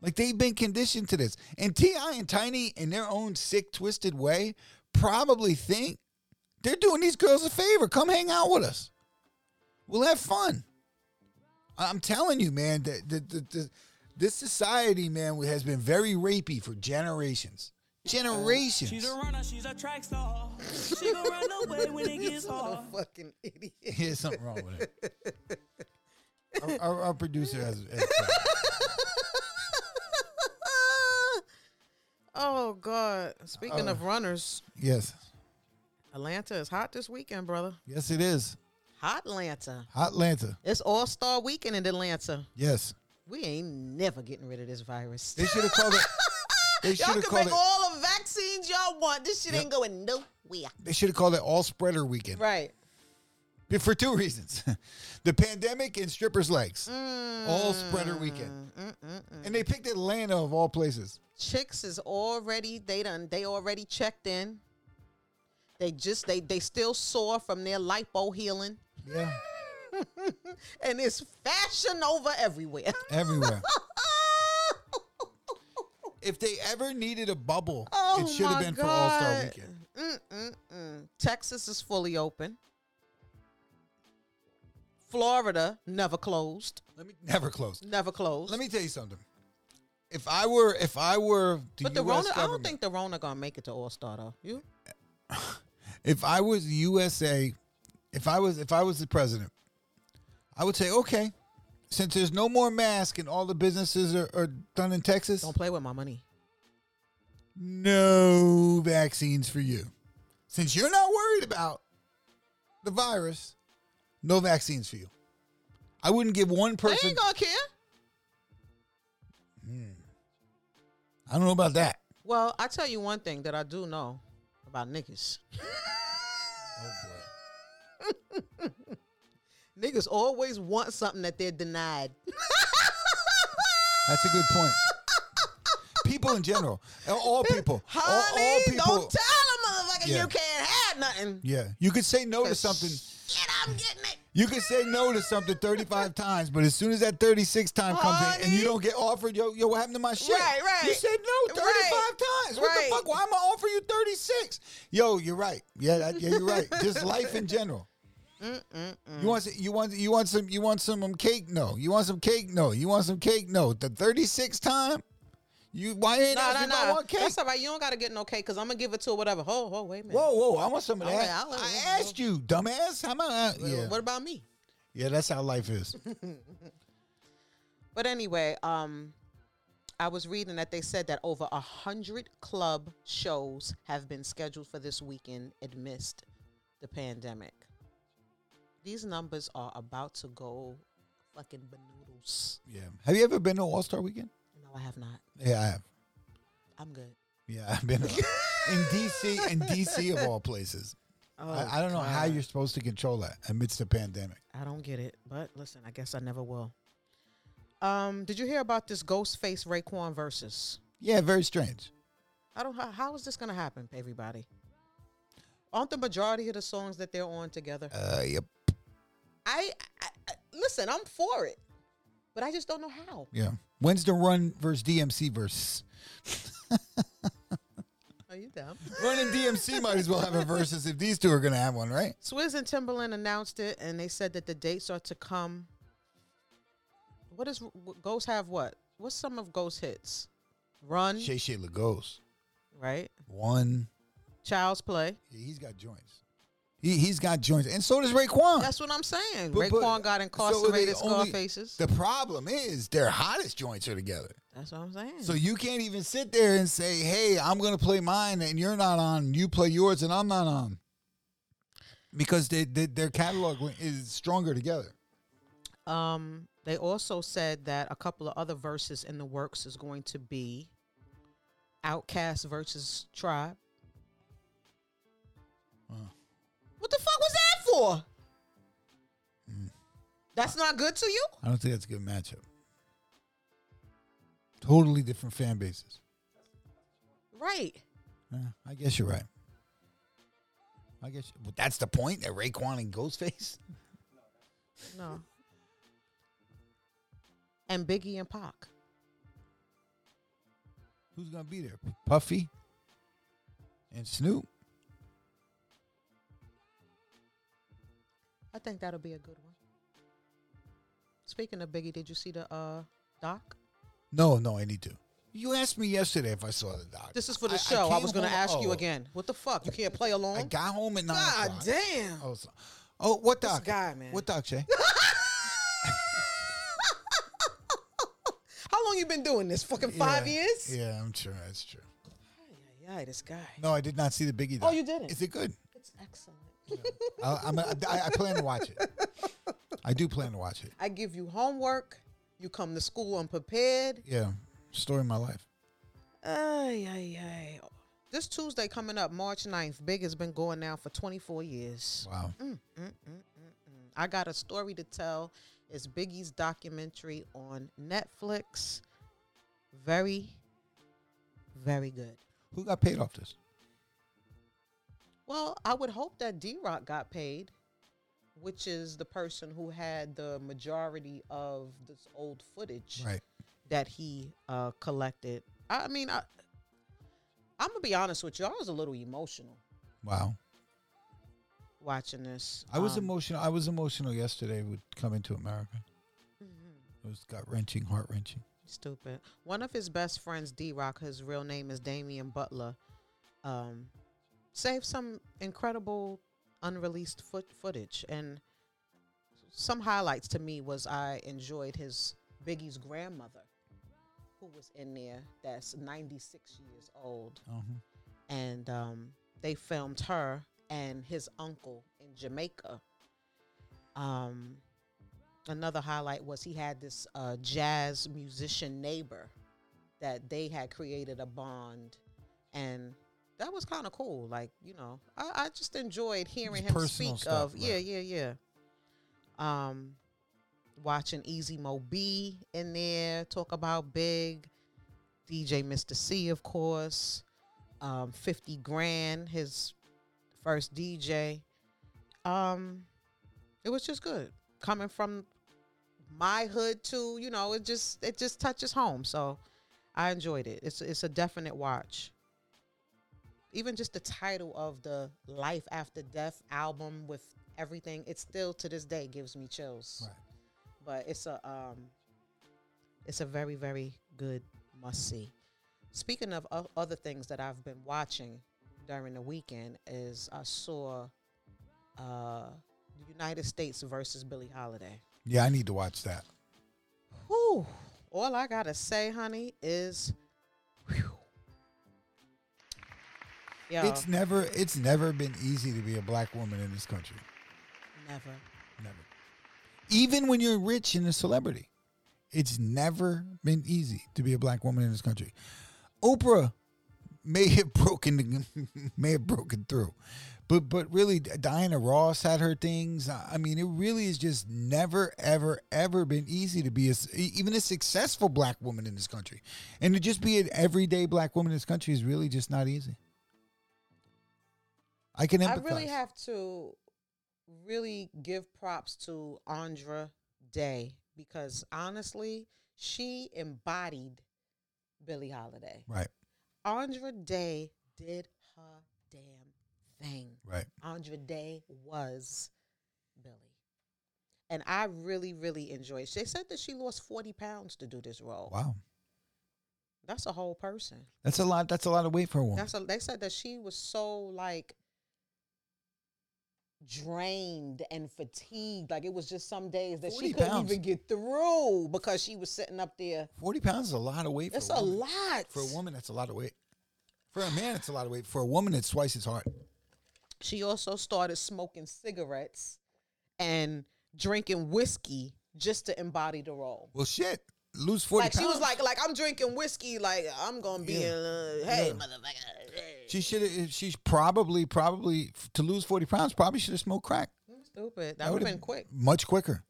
[SPEAKER 1] Like they've been conditioned to this. And T.I. and Tiny, in their own sick, twisted way, probably think they're doing these girls a favor. Come hang out with us. We'll have fun. I- I'm telling you, man, that the, the, the, this society, man, has been very rapey for generations. Generations.
[SPEAKER 3] She's a runner, she's a track star. She gon' run away when it gets hard.
[SPEAKER 2] Fucking idiot.
[SPEAKER 1] There's something wrong with it. Our, our, our producer has. has
[SPEAKER 2] oh God! Speaking
[SPEAKER 1] Oh.
[SPEAKER 2] of runners,
[SPEAKER 1] yes.
[SPEAKER 2] Atlanta is hot this weekend, brother.
[SPEAKER 1] Yes, it is.
[SPEAKER 2] Hot Atlanta.
[SPEAKER 1] Atlanta.
[SPEAKER 2] It's All Star Weekend in Atlanta.
[SPEAKER 1] Yes.
[SPEAKER 2] We ain't never getting rid of this virus.
[SPEAKER 1] They should have called it. They should
[SPEAKER 2] Y'all
[SPEAKER 1] have
[SPEAKER 2] can
[SPEAKER 1] called
[SPEAKER 2] make
[SPEAKER 1] it.
[SPEAKER 2] all the vaccines y'all want. This shit
[SPEAKER 1] Yep.
[SPEAKER 2] ain't going nowhere.
[SPEAKER 1] They should have called it All Spreader Weekend
[SPEAKER 2] Right.
[SPEAKER 1] for two reasons: the pandemic and strippers' legs.
[SPEAKER 2] Mm.
[SPEAKER 1] All Spreader Weekend, and they picked Atlanta of all places.
[SPEAKER 2] Chicks is already they done they already checked in. They just they they still sore from their lipo healing.
[SPEAKER 1] Yeah,
[SPEAKER 2] And it's fashion over everywhere.
[SPEAKER 1] everywhere. If they ever needed a bubble,
[SPEAKER 2] Oh,
[SPEAKER 1] it should have
[SPEAKER 2] my
[SPEAKER 1] been for All Star
[SPEAKER 2] God.
[SPEAKER 1] Weekend.
[SPEAKER 2] Mm-mm-mm. Texas is fully open. Florida never closed.
[SPEAKER 1] Let me never close.
[SPEAKER 2] Never closed.
[SPEAKER 1] Let me tell you something. If I were, if I were the
[SPEAKER 2] but
[SPEAKER 1] U.S.
[SPEAKER 2] the Rona, I don't
[SPEAKER 1] government-
[SPEAKER 2] think the Rona gonna make it to All Star though. You?
[SPEAKER 1] if I was USA, if I was if I was the president, I would say, okay, since there's no more mask and all the businesses are, are done in Texas,
[SPEAKER 2] Don't play with my money.
[SPEAKER 1] no vaccines for you. Since you're not worried about the virus, no vaccines for you. I wouldn't give one
[SPEAKER 2] They
[SPEAKER 1] person.
[SPEAKER 2] ain't gonna care.
[SPEAKER 1] I don't know about that.
[SPEAKER 2] Well, I tell you one thing that I do know about niggas. Niggas always want something that they're denied.
[SPEAKER 1] That's a good point. People in general, all- all people, all- all,
[SPEAKER 2] Honey,
[SPEAKER 1] people.
[SPEAKER 2] don't tell them, motherfucker,
[SPEAKER 1] Yeah.
[SPEAKER 2] you can't have nothing.
[SPEAKER 1] yeah, you could say no to
[SPEAKER 2] 'Cause
[SPEAKER 1] something.
[SPEAKER 2] Shit, I'm getting it.
[SPEAKER 1] You can say no to something 35 times, but as soon as that 36 time comes in and
[SPEAKER 2] Honey.
[SPEAKER 1] you don't get offered, yo, yo, what happened to my shit?
[SPEAKER 2] Right, right.
[SPEAKER 1] You said no 35
[SPEAKER 2] Right,
[SPEAKER 1] times. What
[SPEAKER 2] right.
[SPEAKER 1] the fuck? Why am I offering you 36? Yo, you're right. Yeah, that, yeah, you're right. Just life in general. You want s- you want you want some you want some um, cake? No. You want some cake? No. You want some cake? No. The 36th time, you why ain't
[SPEAKER 2] No,
[SPEAKER 1] asking
[SPEAKER 2] no,
[SPEAKER 1] if I
[SPEAKER 2] no.
[SPEAKER 1] want cake?
[SPEAKER 2] That's all right. You don't gotta get no cake because I'm gonna give it to her, whatever. Ho, ho, wait a minute.
[SPEAKER 1] Whoa, whoa! I want some of
[SPEAKER 2] All
[SPEAKER 1] that.
[SPEAKER 2] right, I'll let you
[SPEAKER 1] I
[SPEAKER 2] know.
[SPEAKER 1] asked you, dumbass. How am I? Yeah,
[SPEAKER 2] What about me?
[SPEAKER 1] yeah. That's how life is.
[SPEAKER 2] But anyway, um, I was reading that they said that over a hundred club shows have been scheduled for this weekend amidst the pandemic. These numbers are about to go fucking banoodles.
[SPEAKER 1] Yeah. Have you ever been to All Star Weekend?
[SPEAKER 2] No, I have not.
[SPEAKER 1] Yeah, I have.
[SPEAKER 2] I'm good.
[SPEAKER 1] Yeah, I've been in DC. In DC, of all places,
[SPEAKER 2] Oh,
[SPEAKER 1] I, I don't know how you're supposed to control that amidst the pandemic.
[SPEAKER 2] I don't get it, but listen, I guess I never will. Um, did you hear about this Ghostface Raekwon versus?
[SPEAKER 1] Yeah, very strange.
[SPEAKER 2] I don't. How, how is this gonna happen, everybody? Aren't the majority of the songs that they're on together?
[SPEAKER 1] Uh, yep.
[SPEAKER 2] I, I, I listen. I'm for it, but I just don't know how.
[SPEAKER 1] Yeah. When's the Run versus DMC verse?
[SPEAKER 2] Are you dumb?
[SPEAKER 1] Run and DMC might as well have a versus if these two are gonna have one, right?
[SPEAKER 2] Swizz and Timberland announced it, and they said that the dates are to come. What is what- Ghost have? What? What's some of Ghost hits? Run,
[SPEAKER 1] Shay Shay Lagos.
[SPEAKER 2] right?
[SPEAKER 1] One.
[SPEAKER 2] Child's Play.
[SPEAKER 1] Yeah, he's got joints. He he's got joints, and so does Raekwon.
[SPEAKER 2] That's what I'm saying.
[SPEAKER 1] But- but-
[SPEAKER 2] Raekwon got
[SPEAKER 1] so they
[SPEAKER 2] incarcerated.
[SPEAKER 1] only-
[SPEAKER 2] Scarfaces.
[SPEAKER 1] The problem is their hottest joints are together.
[SPEAKER 2] That's what I'm saying.
[SPEAKER 1] So you can't even sit there and say, "Hey, I'm going to play mine and you're not on. You play yours and I'm not on," because they, they, their catalog is stronger together.
[SPEAKER 2] Um, they also said that a couple of other verses in the works is going to be Outcast versus Tribe. What the fuck was that for?
[SPEAKER 1] Mm.
[SPEAKER 2] That's not good to you?
[SPEAKER 1] I don't think that's a good matchup. Totally different fan bases.
[SPEAKER 2] Right.
[SPEAKER 1] Yeah, I guess you're right. I guess but that's the point that Raekwon and Ghostface.
[SPEAKER 2] No. and Biggie and Pac.
[SPEAKER 1] Who's gonna be there? Puffy and Snoop.
[SPEAKER 2] I think that'll be a good one. Speaking of Biggie, did you see the uh doc?
[SPEAKER 1] No, no, I need to. You asked me yesterday if I saw the doc.
[SPEAKER 2] This is for the
[SPEAKER 1] I- I
[SPEAKER 2] show. I,
[SPEAKER 1] came
[SPEAKER 2] was gonna
[SPEAKER 1] home-
[SPEAKER 2] ask you
[SPEAKER 1] oh,
[SPEAKER 2] again. What the fuck? You can't play along?
[SPEAKER 1] I got home at nine.
[SPEAKER 2] God
[SPEAKER 1] o'clock.
[SPEAKER 2] damn.
[SPEAKER 1] Oh, so- oh, what doc?
[SPEAKER 2] guy, man.
[SPEAKER 1] What doc, Shay?
[SPEAKER 2] How long you been doing this? Fucking five
[SPEAKER 1] Yeah.
[SPEAKER 2] years?
[SPEAKER 1] Yeah, I'm sure that's true.
[SPEAKER 2] Yeah, this guy.
[SPEAKER 1] No, I did not see the Biggie.
[SPEAKER 2] Oh,
[SPEAKER 1] doc.
[SPEAKER 2] you didn't?
[SPEAKER 1] Is it good?
[SPEAKER 2] It's excellent.
[SPEAKER 1] I, I'm a, I, I plan to watch it. I do plan to watch it.
[SPEAKER 2] I give you homework. You come to school unprepared.
[SPEAKER 1] Yeah, story of my life.
[SPEAKER 2] Ay, ay, ay. This Tuesday coming up, March 9th, Big has been going now for 24 years.
[SPEAKER 1] Wow.
[SPEAKER 2] I got a story to tell. It's Biggie's documentary on Netflix. Very, very good.
[SPEAKER 1] Who got paid off this?
[SPEAKER 2] Well, I would hope that D Rock got paid, which is the person who had the majority of this old footage
[SPEAKER 1] Right.
[SPEAKER 2] that he uh, collected. I mean, I, I'm gonna be honest with you. I was a little emotional
[SPEAKER 1] Wow.
[SPEAKER 2] watching this.
[SPEAKER 1] I was
[SPEAKER 2] Um,
[SPEAKER 1] emotional. I was emotional yesterday with coming to America.
[SPEAKER 2] Mm-hmm.
[SPEAKER 1] It was gut wrenching, heart wrenching.
[SPEAKER 2] Stupid. One of his best friends, D Rock, his real name is Damian Butler, um, saved some incredible unreleased foot footage. And some highlights to me was I enjoyed his Biggie's grandmother, who was in there, that's 96 years old. And um, they filmed her and his uncle in Jamaica. Um, another highlight was he had this uh, jazz musician neighbor that they had created a bond and that was kind of cool like you know i, I just enjoyed hearing him
[SPEAKER 1] personal
[SPEAKER 2] speak
[SPEAKER 1] stuff,
[SPEAKER 2] of yeah
[SPEAKER 1] right.
[SPEAKER 2] yeah yeah um watching easy mo b in there talk about big dj mr c of course um 50 grand his first dj um it was just good coming from my hood to you know it just it just touches home so i enjoyed it it's it's a definite watch even just the title of the life after death album with everything it still to this day gives me chills
[SPEAKER 1] Right.
[SPEAKER 2] but it's a um it's a very very good must see speaking of o- other things that i've been watching during the weekend is i saw uh united states versus billie holiday
[SPEAKER 1] Yeah, I need to watch that.
[SPEAKER 2] Whew. All I gotta say, honey, is whew. Yo,
[SPEAKER 1] It's never it's never been easy to be a black woman in this country.
[SPEAKER 2] never.
[SPEAKER 1] Never. Even when you're rich and a celebrity, it's never been easy to be a black woman in this country. Oprah may have broken may have broken through, But but really, Diana Ross had her things. I I mean, it really is just never, ever, ever been easy to be a s e even a successful black woman in this country, and to just be an everyday black woman in this country is really just not easy. I can
[SPEAKER 2] I
[SPEAKER 1] empathize.
[SPEAKER 2] really have to really give props to Andra Day because honestly, she embodied Billie Holiday.
[SPEAKER 1] Right,
[SPEAKER 2] Andra Day did her damn thing.
[SPEAKER 1] right,
[SPEAKER 2] Andra Day was Billy. And I really, really enjoyed. They said that she lost 40 pounds to do this role.
[SPEAKER 1] wow.
[SPEAKER 2] That's a whole person.
[SPEAKER 1] That's a lot. That's a lot of weight for a woman.
[SPEAKER 2] That's a, they said that she was so like drained and fatigued. Like it was just some days that
[SPEAKER 1] 40
[SPEAKER 2] she couldn't
[SPEAKER 1] pounds.
[SPEAKER 2] even get through because she was sitting up there.
[SPEAKER 1] Forty pounds is a lot of weight.
[SPEAKER 2] That's
[SPEAKER 1] for a,
[SPEAKER 2] a
[SPEAKER 1] woman.
[SPEAKER 2] lot.
[SPEAKER 1] For a woman, that's a lot of weight. For a man, it's a lot of weight. For a woman, it's twice as hard.
[SPEAKER 2] she also started smoking cigarettes and drinking whiskey just to embody the role.
[SPEAKER 1] Well, shit. Lose forty.
[SPEAKER 2] Like she was
[SPEAKER 1] pounds.
[SPEAKER 2] like, like I'm drinking whiskey, like I'm gonna be
[SPEAKER 1] Yeah.
[SPEAKER 2] in. Uh, hey,
[SPEAKER 1] Yeah.
[SPEAKER 2] motherfucker. hey."
[SPEAKER 1] She should have. She's probably, probably f- to lose forty pounds. Probably should have smoked crack.
[SPEAKER 2] Stupid. That would have
[SPEAKER 1] would've
[SPEAKER 2] been quick.
[SPEAKER 1] much quicker.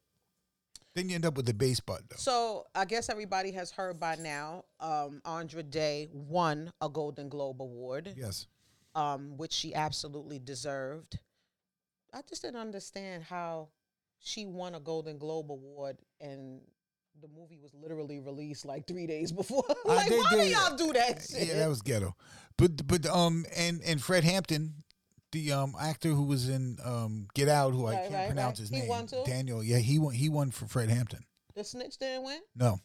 [SPEAKER 1] Then you end up with the base bud, though.
[SPEAKER 2] So I guess everybody has heard by now. Um, Andra Day won a Golden Globe award,
[SPEAKER 1] Yes,
[SPEAKER 2] um, which she absolutely deserved. I just didn't understand how she won a Golden Globe award and the movie was literally released like three days before. like,
[SPEAKER 1] they
[SPEAKER 2] why
[SPEAKER 1] did-
[SPEAKER 2] do y'all do that shit?
[SPEAKER 1] yeah, that was ghetto. But but um and and Fred Hampton, the um actor who was in um Get Out, who I
[SPEAKER 2] Right,
[SPEAKER 1] can't
[SPEAKER 2] right,
[SPEAKER 1] pronounce
[SPEAKER 2] right.
[SPEAKER 1] his
[SPEAKER 2] He
[SPEAKER 1] name,
[SPEAKER 2] won too?
[SPEAKER 1] Daniel. Yeah, he won. He won for Fred Hampton.
[SPEAKER 2] the snitch didn't win.
[SPEAKER 1] No,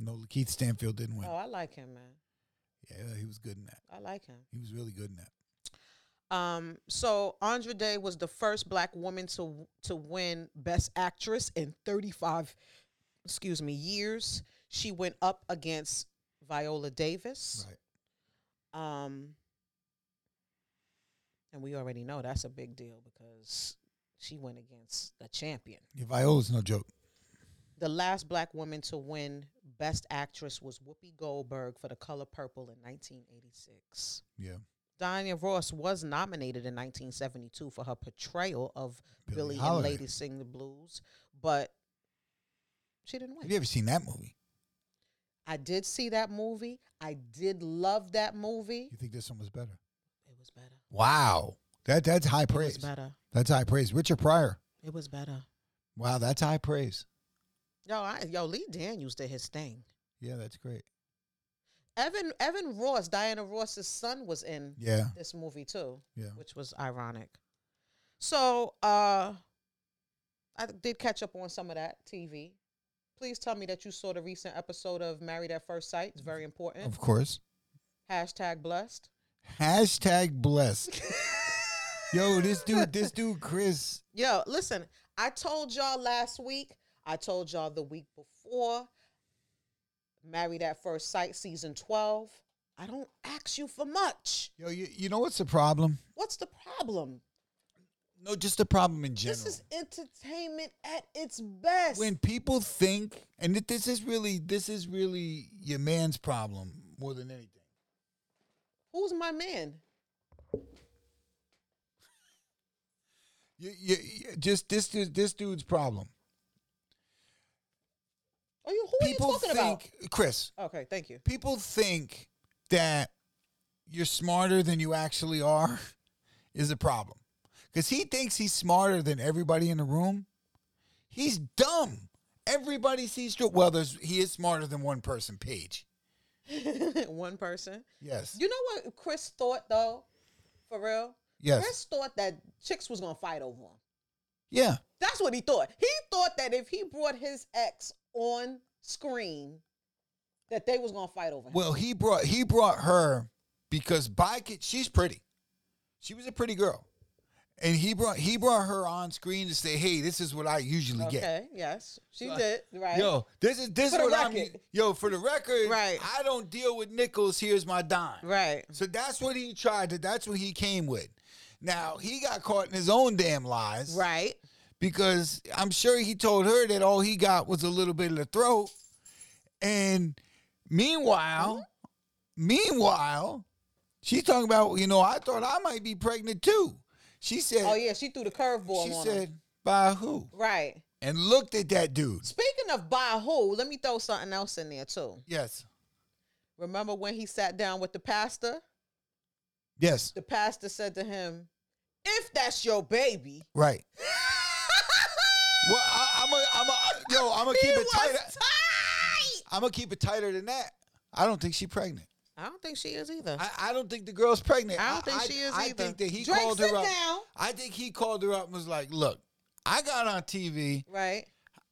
[SPEAKER 1] no, Keith Stanfield didn't win.
[SPEAKER 2] Oh, I like him, man.
[SPEAKER 1] Yeah, he was good in that.
[SPEAKER 2] I like him.
[SPEAKER 1] He was really good in that.
[SPEAKER 2] Um, so Andra Day was the first black woman to to win Best Actress in 35, excuse me, years. She went up against Viola Davis.
[SPEAKER 1] Right.
[SPEAKER 2] Um, and we already know that's a big deal because she went against a champion.
[SPEAKER 1] Yeah, Viola's no joke.
[SPEAKER 2] The last black woman to win Best Actress was Whoopi Goldberg for The Color Purple in 1986.
[SPEAKER 1] Yeah,
[SPEAKER 2] Diana Ross was nominated in 1972 for her portrayal of
[SPEAKER 1] Billie
[SPEAKER 2] Billy and
[SPEAKER 1] Holiday.
[SPEAKER 2] Lady Sing the Blues, but she didn't
[SPEAKER 1] have you
[SPEAKER 2] win.
[SPEAKER 1] ever seen that movie?
[SPEAKER 2] I did see that movie. I did love that movie.
[SPEAKER 1] You think this one was better?
[SPEAKER 2] It was better.
[SPEAKER 1] Wow, that that's high
[SPEAKER 2] It was
[SPEAKER 1] praise.
[SPEAKER 2] better.
[SPEAKER 1] That's high praise. Richard Pryor.
[SPEAKER 2] It was better.
[SPEAKER 1] Wow, that's high praise.
[SPEAKER 2] Yo, I, yo, Lee Daniels did his thing.
[SPEAKER 1] Yeah, that's great.
[SPEAKER 2] Evan Evan Ross, Diana Ross's son, was in
[SPEAKER 1] Yeah,
[SPEAKER 2] this movie too,
[SPEAKER 1] yeah.
[SPEAKER 2] which was ironic. So, uh, I did catch up on some of that TV. Please tell me that you saw the recent episode of Married at First Sight. It's very important.
[SPEAKER 1] Of course.
[SPEAKER 2] Hashtag blessed.
[SPEAKER 1] Hashtag blessed. Yo, this dude, this dude, Chris.
[SPEAKER 2] Yo, listen, I told y'all last week, I told y'all the week before, Married at First Sight season 12. I don't ask you for much.
[SPEAKER 1] Yo, you, you know what's the problem?
[SPEAKER 2] What's the problem?
[SPEAKER 1] No, just the problem in general.
[SPEAKER 2] This is entertainment at its best.
[SPEAKER 1] when people think, and th- this is really, this is really your man's problem more than anything.
[SPEAKER 2] Who's my man?
[SPEAKER 1] You, you, you- just this, this, this dude's problem.
[SPEAKER 2] Are you who are you
[SPEAKER 1] people
[SPEAKER 2] talking
[SPEAKER 1] think, Chris.
[SPEAKER 2] about? Okay, thank you.
[SPEAKER 1] People think that you're smarter than you actually are is a problem. Because he thinks he's smarter than everybody in the room. He's dumb. Everybody sees through. Well, there's he is smarter than one person, Paige.
[SPEAKER 2] One person.
[SPEAKER 1] Yes.
[SPEAKER 2] You know what Chris thought though? For real?
[SPEAKER 1] yes.
[SPEAKER 2] Chris thought that chicks was gonna fight over him.
[SPEAKER 1] Yeah.
[SPEAKER 2] That's what he thought. He thought that if he brought his ex on screen, that they was gonna fight over him.
[SPEAKER 1] Well, he brought he brought her because Bikit, she's pretty. She was a pretty girl. And he brought he brought her on screen to say, "Hey, this is what I usually get."
[SPEAKER 2] okay, yes. She did, right.
[SPEAKER 1] Yo, this is this is
[SPEAKER 2] For the
[SPEAKER 1] what I'm.
[SPEAKER 2] record.
[SPEAKER 1] Yo, for the record,
[SPEAKER 2] Right.
[SPEAKER 1] I don't deal with nickels. Here's my dime.
[SPEAKER 2] Right.
[SPEAKER 1] So that's what he tried to. That's what he came with. Now he got caught in his own damn lies,
[SPEAKER 2] Right.
[SPEAKER 1] Because I'm sure he told her that all he got was a little bit of the throat, and meanwhile, meanwhile, she's talking about you know I thought I might be pregnant too. She said,
[SPEAKER 2] Oh yeah, she threw the curveball.
[SPEAKER 1] she
[SPEAKER 2] on him.
[SPEAKER 1] said, by who?
[SPEAKER 2] right.
[SPEAKER 1] And looked at that dude.
[SPEAKER 2] Speaking of by who, let me throw something else in there too.
[SPEAKER 1] Yes.
[SPEAKER 2] Remember when he sat down with the pastor?
[SPEAKER 1] Yes.
[SPEAKER 2] The pastor said to him, "If that's your baby."
[SPEAKER 1] Right. well, I, I'm a, I'm a, yo, I'm gonna
[SPEAKER 2] He
[SPEAKER 1] keep it
[SPEAKER 2] was
[SPEAKER 1] tighter.
[SPEAKER 2] tight.
[SPEAKER 1] I'm gonna keep it tighter than that. I don't think she pregnant.
[SPEAKER 2] I don't think she is either.
[SPEAKER 1] I, I don't think the girl's pregnant.
[SPEAKER 2] I don't think she is
[SPEAKER 1] I
[SPEAKER 2] either.
[SPEAKER 1] think that he
[SPEAKER 2] Drake,
[SPEAKER 1] called
[SPEAKER 2] sit
[SPEAKER 1] her up.
[SPEAKER 2] down.
[SPEAKER 1] I think he called her up and was like, "Look, I got on TV.
[SPEAKER 2] right.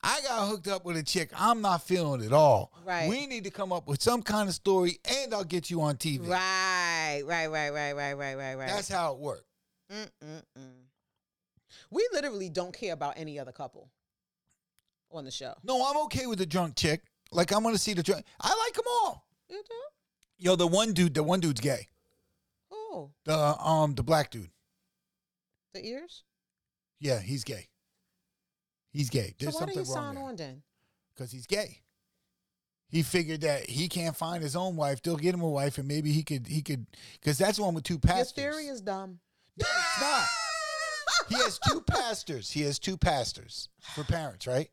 [SPEAKER 1] I got hooked up with a chick. I'm not feeling at all.
[SPEAKER 2] Right.
[SPEAKER 1] We need to come up with some kind of story, and I'll get you on TV.
[SPEAKER 2] Right. Right. Right. Right. Right. Right. Right. Right.
[SPEAKER 1] That's how it worked.
[SPEAKER 2] Mm-mm-mm. We literally don't care about any other couple on the show.
[SPEAKER 1] No, I'm okay with the drunk chick. Like I'm gonna see the drunk. I like them all.
[SPEAKER 2] You do?
[SPEAKER 1] Yo, the one dude, the one dude's gay.
[SPEAKER 2] Oh,
[SPEAKER 1] The um, the black dude.
[SPEAKER 2] the ears?
[SPEAKER 1] Yeah, he's gay. He's gay. There's
[SPEAKER 2] so why do
[SPEAKER 1] something
[SPEAKER 2] you
[SPEAKER 1] wrong
[SPEAKER 2] sign
[SPEAKER 1] there.
[SPEAKER 2] on then?
[SPEAKER 1] because he's gay. He figured that he can't find his own wife. They'll get him a wife, and maybe he could. He could because that's one with two pastors.
[SPEAKER 2] Your theory is dumb.
[SPEAKER 1] No, it's not. He has two pastors. He has two pastors for parents, right?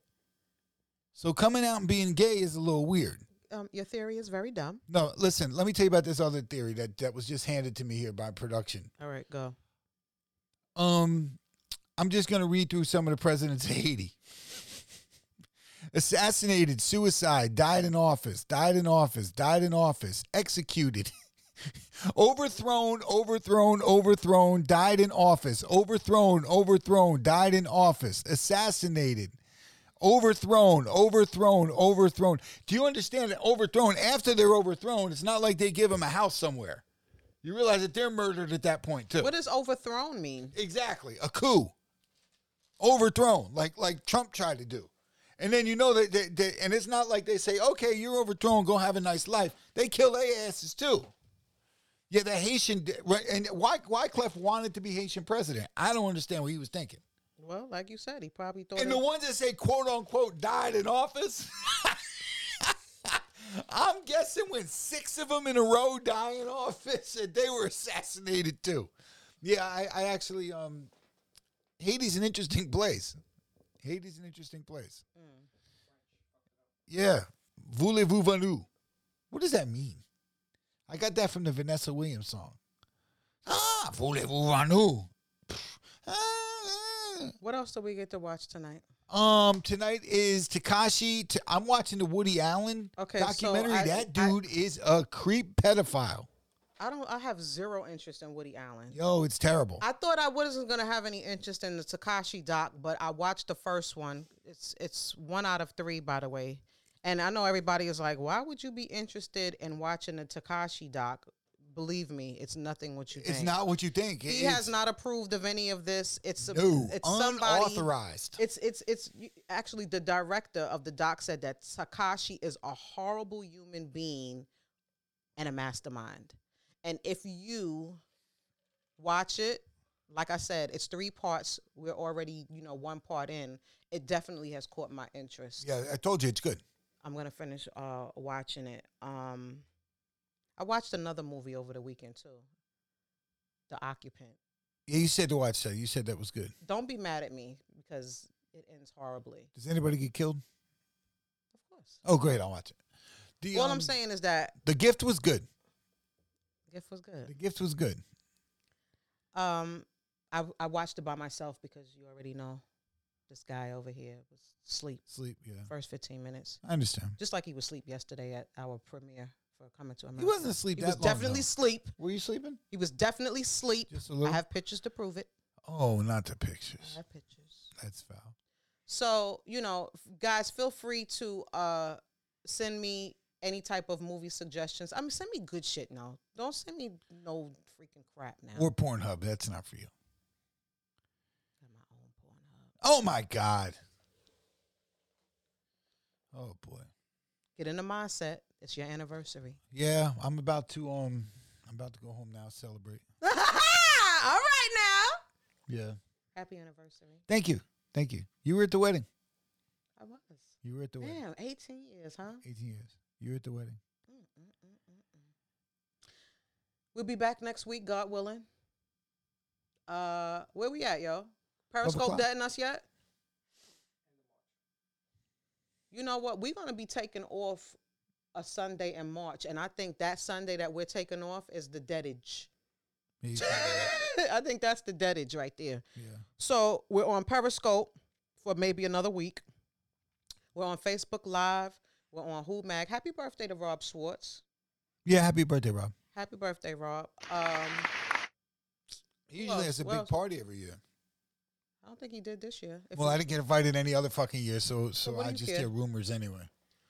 [SPEAKER 1] So coming out and being gay is a little weird.
[SPEAKER 2] Um, your theory is very dumb.
[SPEAKER 1] No, listen. Let me tell you about this other theory that that was just handed to me here by production.
[SPEAKER 2] All right, go.
[SPEAKER 1] Um, I'm just gonna read through some of the presidents of Haiti. Assassinated, suicide, died in office, died in office, died in office, executed, overthrown, overthrown, overthrown, died in office, overthrown, overthrown, died in office, assassinated, overthrown, overthrown, overthrown. Do you understand that overthrown? After they're overthrown, it's not like they give them a house somewhere. You realize that they're murdered at that point too.
[SPEAKER 2] What does overthrown mean?
[SPEAKER 1] Exactly, a coup, overthrown, like like Trump tried to do. And then you know that, that, that and it's not like they say, "Okay, you're overthrown, go have a nice life." They kill their asses too. Yeah, the Haitian right, and why Wyclef wanted to be Haitian president. I don't understand what he was thinking.
[SPEAKER 2] Well, like you said, he probably thought.
[SPEAKER 1] And
[SPEAKER 2] it-
[SPEAKER 1] the ones that say "quote unquote" died in office, I'm guessing when six of them in a row die in office, and they were assassinated too. Yeah, I, I actually, um, Haiti's an interesting place. Haiti's an interesting place. Yeah, voulez-vous venu? What does that mean? I got that from the Vanessa Williams song. Ah, voulez-vous venu? Ah, ah.
[SPEAKER 2] what else do we get to watch tonight?
[SPEAKER 1] Um, tonight is Takashi. T- I'm watching the Woody Allen
[SPEAKER 2] Okay, so
[SPEAKER 1] documentary.
[SPEAKER 2] I-
[SPEAKER 1] that
[SPEAKER 2] I-
[SPEAKER 1] dude is a creep pedophile.
[SPEAKER 2] I don't. I have zero interest in Woody Allen.
[SPEAKER 1] Yo, it's terrible.
[SPEAKER 2] I thought I wasn't gonna have any interest in the Takashi doc, but I watched the first one. It's it's one out of three, by the way. And I know everybody is like, why would you be interested in watching the Takashi doc? Believe me, it's nothing what you think.
[SPEAKER 1] it's not what you think.
[SPEAKER 2] He
[SPEAKER 1] It's-
[SPEAKER 2] has not approved of any of this. It's a-
[SPEAKER 1] no
[SPEAKER 2] it's somebody.
[SPEAKER 1] unauthorized.
[SPEAKER 2] It's it's it's y- actually the director of the doc said that Takashi is a horrible human being and a mastermind. And if you watch it, like I said, it's three parts. We're already, you know, one part in. It definitely has caught my interest.
[SPEAKER 1] yeah, I told you it's good.
[SPEAKER 2] I'm gonna finish uh watching it. Um I watched another movie over the weekend too. The Occupant.
[SPEAKER 1] Yeah, you said to watch that. You said that was good.
[SPEAKER 2] Don't be mad at me because it ends horribly.
[SPEAKER 1] Does anybody get killed?
[SPEAKER 2] Of course.
[SPEAKER 1] Oh, great, I'll watch it. The,
[SPEAKER 2] All
[SPEAKER 1] um,
[SPEAKER 2] I'm saying is that
[SPEAKER 1] the gift was good.
[SPEAKER 2] gift was
[SPEAKER 1] The
[SPEAKER 2] good.
[SPEAKER 1] gift was good.
[SPEAKER 2] Um, I I watched it by myself because you already know this guy over here was asleep
[SPEAKER 1] Sleep. Yeah,
[SPEAKER 2] first 15 minutes,
[SPEAKER 1] I understand.
[SPEAKER 2] just like he was asleep yesterday at our premiere for coming to America.
[SPEAKER 1] He wasn't asleep.
[SPEAKER 2] He
[SPEAKER 1] that
[SPEAKER 2] was
[SPEAKER 1] long,
[SPEAKER 2] definitely
[SPEAKER 1] though.
[SPEAKER 2] sleep.
[SPEAKER 1] Were you sleeping?
[SPEAKER 2] He was definitely sleep.
[SPEAKER 1] Just a
[SPEAKER 2] I
[SPEAKER 1] little.
[SPEAKER 2] have pictures to prove it.
[SPEAKER 1] oh, not the
[SPEAKER 2] I
[SPEAKER 1] pictures.
[SPEAKER 2] have pictures.
[SPEAKER 1] That's foul.
[SPEAKER 2] So you know, f- guys, feel free to uh send me any type of movie suggestions. I mean, send me good shit now. Don't send me no freaking crap now.
[SPEAKER 1] Or Pornhub. That's not for you.
[SPEAKER 2] Got my own Pornhub.
[SPEAKER 1] Oh my God. Oh boy.
[SPEAKER 2] get in the mindset. It's your anniversary.
[SPEAKER 1] Yeah, I'm about to um I'm about to go home now, celebrate.
[SPEAKER 2] All right now.
[SPEAKER 1] Yeah.
[SPEAKER 2] Happy anniversary.
[SPEAKER 1] Thank you. Thank you. You were at the wedding.
[SPEAKER 2] I was.
[SPEAKER 1] You were at the wedding.
[SPEAKER 2] Damn, 18 years, huh?
[SPEAKER 1] 18 years. You were at the wedding.
[SPEAKER 2] We'll be back next week, God willing. Uh, where we at, yo? Periscope
[SPEAKER 1] o'clock.
[SPEAKER 2] deading us yet? You know what? We're gonna be taking off a Sunday in March, and I think that Sunday that we're taking off is the deadage.
[SPEAKER 1] He-
[SPEAKER 2] I think that's the deadage right there.
[SPEAKER 1] yeah.
[SPEAKER 2] So we're on Periscope for maybe another week. We're on Facebook Live. We're on Who Mag. Happy birthday to Rob Schwartz.
[SPEAKER 1] Yeah. Happy birthday, Rob.
[SPEAKER 2] Happy birthday, Rob. Um, I
[SPEAKER 1] He usually
[SPEAKER 2] else?
[SPEAKER 1] has a
[SPEAKER 2] Who
[SPEAKER 1] big
[SPEAKER 2] else?
[SPEAKER 1] party every year.
[SPEAKER 2] don't think he did this year. If
[SPEAKER 1] Well,
[SPEAKER 2] he-
[SPEAKER 1] I didn't get invited any other fucking year, so so,
[SPEAKER 2] what do
[SPEAKER 1] I
[SPEAKER 2] you
[SPEAKER 1] just
[SPEAKER 2] care?
[SPEAKER 1] hear rumors anyway.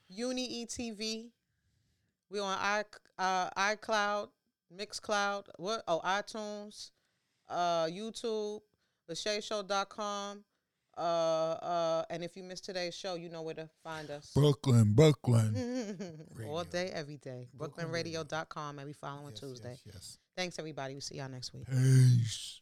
[SPEAKER 2] Uni ETV. We on i uh, iCloud, Mixcloud, what? Oh, iTunes, uh, YouTube, TheShayShow.com. Uh, uh, and if you missed today's show, you know where to find us.
[SPEAKER 1] Brooklyn,
[SPEAKER 2] Mm.
[SPEAKER 1] Brooklyn.
[SPEAKER 2] All day, every day. BrooklynRadio.com every following Tuesday.
[SPEAKER 1] Yes. yes.
[SPEAKER 2] Thanks, everybody. We see y'all next week.
[SPEAKER 1] Peace.